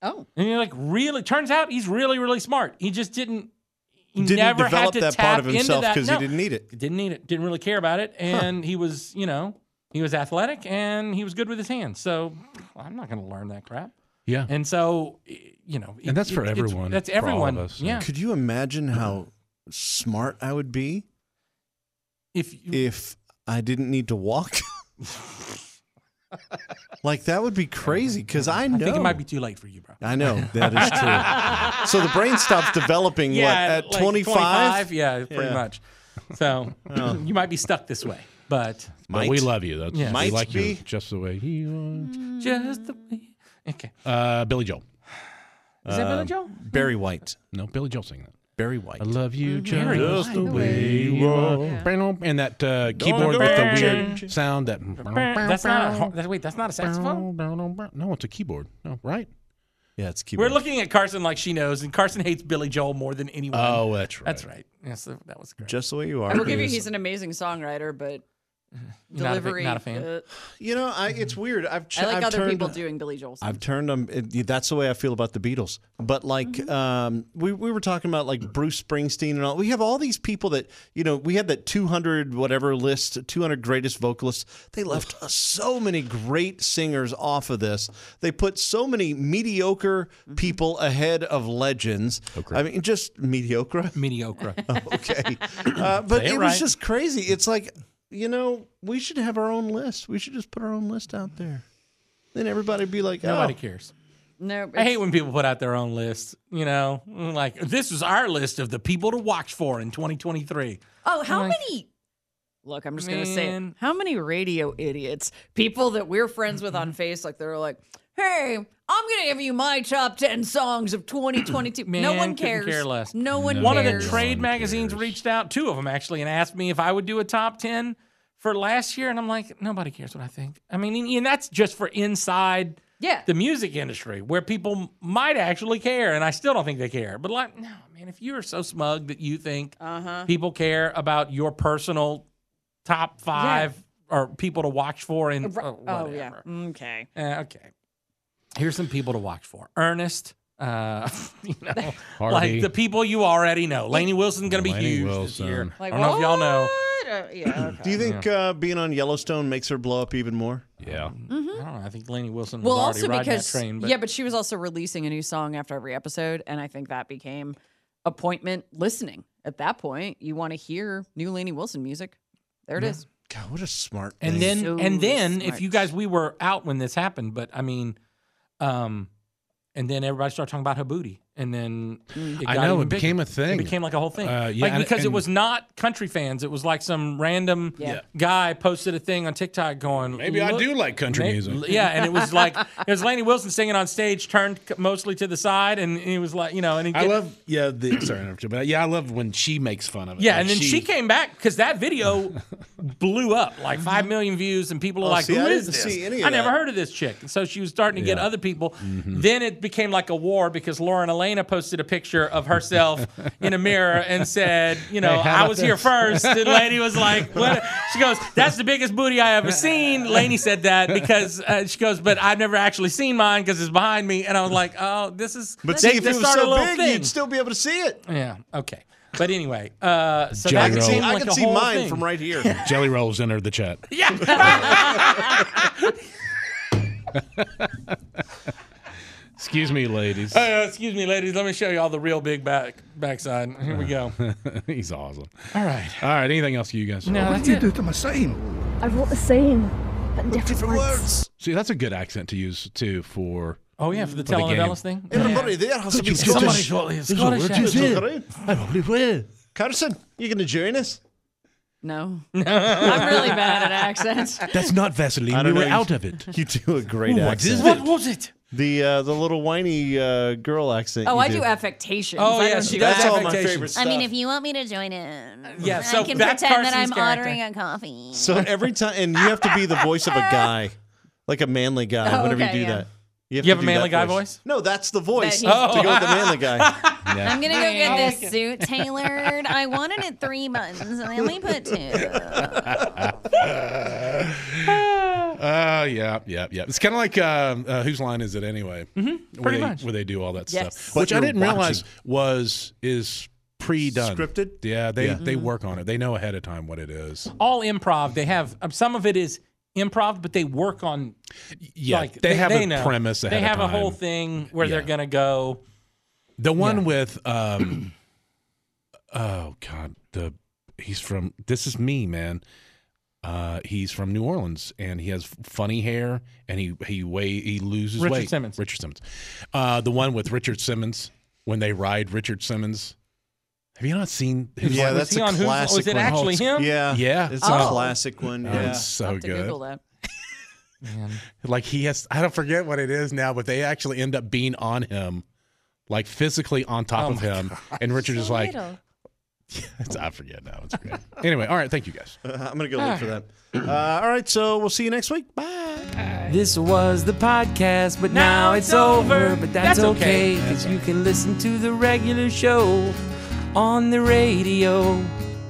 S7: Oh.
S2: And you're like, really? Turns out he's really really smart. He just didn't. He
S5: Didn't
S2: never had
S5: develop
S2: to
S5: that
S2: tap
S5: part of
S2: into
S5: himself
S2: that.
S5: because
S2: No
S5: he didn't need it.
S2: didn't need it, didn't really care about it, and he was, you know, he was athletic and he was good with his hands. So I'm not going to learn that crap.
S6: Yeah.
S2: And so, i- you know, it-
S6: And that's for
S2: it- it's-
S6: everyone,
S2: That's
S6: for all of
S2: everyone.
S6: us,
S2: yeah.
S6: yeah.
S5: Could you imagine how smart I would be
S2: If you,
S5: if I didn't need to walk? *laughs* like that would be crazy because I know
S2: I think it might be too late for you, bro.
S5: I know
S2: *laughs*
S5: that is true. so the brain stops developing what at
S2: like
S5: 25?
S2: Yeah, pretty
S5: Yeah. Oh.
S2: much.
S5: *laughs*
S2: So you might be stuck this way, but
S6: But we love you. That's
S2: Yeah.
S6: we
S5: Might
S6: like
S5: be.
S6: you just the way you
S2: just the way. Okay.
S6: are. Uh, Billy Joel.
S2: Is that Billy Joel?
S5: Uh, Barry White.
S6: No, Billy Joel Mm-hmm. sang that.
S5: Barry White.
S6: I love you
S2: Very
S6: just
S2: nice.
S6: the way you are. And that uh, keyboard
S5: go
S6: with the
S2: back.
S6: weird sound. That
S2: That's not a, har- that, wait, that's not a saxophone?
S6: No, it's a keyboard. No, right?
S5: Yeah, it's
S2: We're
S5: keyboard.
S2: looking at Carson like she knows, and Carson hates Billy Joel more than anyone.
S6: Oh, that's right.
S2: That's right. Yeah, so that was great.
S5: just the way you are.
S7: I will give you,
S5: is-
S7: he's an amazing songwriter, but
S2: Not a big-
S7: delivery.
S2: not a fan.
S7: uh,
S5: You know, I, it's weird. I've ch-
S7: I like
S5: I've
S7: other
S5: turned,
S7: people doing Billy Joel songs.
S5: I've turned them. It, that's the way I feel about the Beatles. But like,
S7: Mm-hmm.
S5: um, we we were talking about like Bruce Springsteen and all. We have all these people that you know. We had that two hundred whatever list, two hundred greatest vocalists. They left us so many great singers off of this. They put so many mediocre
S2: Mm-hmm.
S5: people ahead of legends. I mean, just
S2: *laughs*
S5: mediocre. *laughs*
S7: *laughs*
S2: Mediocre.
S5: okay. Uh, but
S2: Say it
S5: it
S2: right.
S5: was just crazy. It's like, you know, we should have our own list. We should just put our own list out there. Then everybody would be like, oh,
S2: Nobody cares.
S7: no,
S2: I
S7: it's-
S2: hate when people put out their own lists. You know, like this is our list of the people to watch for in 2023.
S7: Oh, how many? Look, I'm just gonna say, it.
S2: Man.
S7: how many radio idiots, people that we're friends with
S2: Mm-hmm.
S7: on Facebook, they're like, "Hey, I'm gonna give you my top ten songs
S2: *clears throat*
S7: of 2022." no
S2: Man,
S7: one
S2: couldn't
S7: cares.
S2: care less.
S7: No one.
S2: One of
S7: cares.
S2: the trade
S6: One
S2: magazines
S6: cares.
S2: reached out, two of them actually, and asked me if I would do a top 10 for last year. And I'm like, nobody cares what I think. I mean, and- and that's just for inside
S7: Yeah.
S2: the music industry where people m- might actually care, and I still don't think they care. But like, no, man, if you are so smug that you think
S7: Uh-huh.
S2: people care about your personal top five or people to watch for, and
S7: Ri-
S2: or
S7: Oh yeah.
S2: whatever.
S7: Okay.
S2: Eh, okay, here's some people to watch for: Ernest. Uh, *laughs* you
S7: *laughs*
S2: know,
S6: Harvey.
S2: like the people you already know. Laney Wilson's gonna be
S6: Lainey
S2: huge
S6: Wilson.
S2: this year.
S7: Like,
S2: I don't know if y'all know.
S7: what? Uh,
S2: *clears throat*
S7: yeah. Okay.
S5: Do you think uh, being on Yellowstone makes her blow up even more?
S6: Yeah.
S2: I don't know. I think Laney Wilson was
S7: Well,
S2: already
S7: also
S2: riding
S7: because
S2: that train. But
S7: yeah, but she was also releasing a new song after every episode, and I think that became appointment listening. At that point, you want to hear new Laney Wilson music. There it is.
S5: God, what a smart.
S2: and
S5: thing.
S2: then
S7: So
S2: and then if
S7: smart.
S2: you guys we were out when this happened, but I mean, um, and then everybody started talking about her booty, and then it
S7: Mm.
S6: I
S2: got
S6: know,
S2: even
S6: it
S2: bigger.
S6: became a thing.
S2: It became like a whole thing.
S6: Uh, yeah,
S2: like
S6: and-
S2: because it
S6: and-
S2: was not country fans. It was like some random
S7: Yeah.
S2: guy posted a thing on TikTok going,
S6: Maybe I
S2: "Look-
S6: do like country
S2: May-
S6: music.
S2: l- Yeah, and it was like it was Laney Wilson singing on stage, turned c- mostly to the side, and he was like, you know, and he
S6: I
S2: get-
S6: love yeah the *clears throat* sorry to interrupt you, but yeah I love when she makes fun of it.
S2: Yeah,
S6: Like,
S2: and then she, came back because that
S5: *laughs*
S2: video blew up like five million views, and people are
S5: Mm-hmm. Oh,
S2: like,
S5: see,
S2: "Who
S5: I
S2: is
S5: didn't
S2: this?
S5: see any of
S2: I never
S5: that. Mm-hmm.
S2: heard of this chick." And so she was starting to get other people. Then it became like a war because Lauren Elena posted a picture of herself in a mirror and said, "You know,
S6: how
S2: I
S6: about
S2: was here
S6: this?"
S2: first. And Lainey was
S5: *laughs*
S2: like, "What?" She goes, "That's the biggest booty I ever seen." Lainey said that because uh, she goes, "But I've never actually seen mine because it's behind me." And I was like, "Oh, this is."
S5: but
S2: they-
S5: see, if
S2: they
S5: it was
S2: started a
S5: so
S2: little
S5: big,
S2: thing.
S5: you'd still be able to see it.
S2: Yeah. Okay. But anyway, uh, so
S6: Jelly
S2: that
S5: I can see,
S2: became
S6: Roll.
S5: I
S2: like
S5: can
S2: a
S5: see
S2: whole
S5: mine
S2: thing.
S5: from right here.
S6: Jelly Rolls entered the chat.
S2: Yeah.
S6: *laughs* Excuse me, ladies.
S2: uh, excuse me, ladies. Let me show you all the real big back backside. Here we go.
S6: *laughs* He's awesome.
S2: All right.
S6: All right. Anything else you guys?
S2: No, that's
S8: you
S2: it.
S8: do to my same?
S4: I wrote the same, but different,
S5: Different
S4: words.
S5: words.
S6: See, that's a good accent to use too for.
S2: *laughs* Oh yeah, for the
S6: the game.
S2: telenovelas thing.
S5: Everybody there has to be
S2: Yeah. Somebody
S5: Scottish.
S2: shortly is Scottish
S5: It's
S2: accent.
S5: great. Carson, you going to join us?
S7: No, *laughs* I'm really bad at accents.
S6: That's not Vaseline.
S5: don't
S6: We were
S5: know.
S6: out of *laughs* it.
S5: You do a great
S6: What
S5: accent.
S6: is
S2: What was it?
S5: The uh, the little whiny uh, girl accent.
S7: Oh,
S5: you
S7: I do affectations.
S2: Oh,
S7: I
S2: yeah,
S7: don't
S2: she
S7: do
S2: does
S5: That's all my
S2: affectations.
S5: favorite
S3: I
S5: stuff.
S3: mean, if you want me to join in,
S2: Yeah,
S3: I
S2: so
S3: can
S2: that's
S3: pretend that I'm
S2: Carson's character.
S3: ordering a coffee.
S5: so every time, and you have to be the voice of a guy, like a manly guy.
S7: Oh,
S5: whenever
S7: okay,
S5: you do
S7: yeah.
S5: that, you have,
S2: You
S5: to
S2: have a
S5: do
S2: manly guy
S5: that
S2: voice?
S5: No, that's the voice
S7: That
S5: to go with the manly *laughs* guy.
S3: I'm gonna go get this suit tailored. I wanted it three buttons, and I only put two.
S6: Uh, yeah, yeah, yeah. It's kind of like um, uh, whose line is it anyway? Mm-hmm,
S2: pretty
S6: where they,
S2: much.
S6: where they do all that
S7: Yes.
S6: stuff,
S5: But
S6: which I
S5: you're
S6: didn't realize
S5: watching.
S6: was is pre-done,
S5: Scripted?
S6: Yeah, they they work on it. They know ahead of time what it is.
S2: All improv. They have um, some of it is improv, but they work on
S6: Yeah,
S2: like
S6: they, have a
S2: know.
S6: premise ahead
S2: They have
S6: of time.
S2: a whole thing where they're
S6: Yeah.
S2: gonna go.
S6: The one with um *clears throat* oh god, the he's from this is me, man. Uh he's from New Orleans and he has funny hair and he he weigh he loses
S2: Richard
S6: weight.
S2: Simmons.
S6: Richard Simmons. Uh the one with Richard Simmons when they ride Richard Simmons. Have you not seen his
S5: Yeah,
S6: one?
S5: that's
S2: See
S5: a
S2: on who's
S5: classic
S2: was it
S5: one.
S2: actually
S6: it's-
S2: him?
S5: Yeah,
S6: Yeah.
S5: it's a
S7: Oh.
S5: classic one.
S6: Oh,
S5: Yeah,
S6: it's
S7: I'll
S6: so
S7: have to Google
S6: good.
S7: that.
S6: Like he has I don't forget what it is now, but they actually end up being on him. Like physically on top
S2: Oh
S6: of
S2: my
S6: him, and Richard is like,
S3: Little.
S6: I forget now. It's okay. anyway, all right. Thank you guys.
S5: Uh, I'm gonna go look for that. Uh, all right, so we'll see you next week. Bye.
S9: This was the podcast, but
S2: Now
S9: now
S2: it's
S9: it's over.
S2: over.
S9: But that's,
S2: That's okay.
S9: okay, because you can listen to the regular show on the radio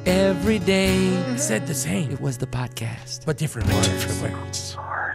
S9: every day.
S2: Said the same,
S9: Mm-hmm. It was the podcast.
S2: but different words. Different words.
S9: Sorry.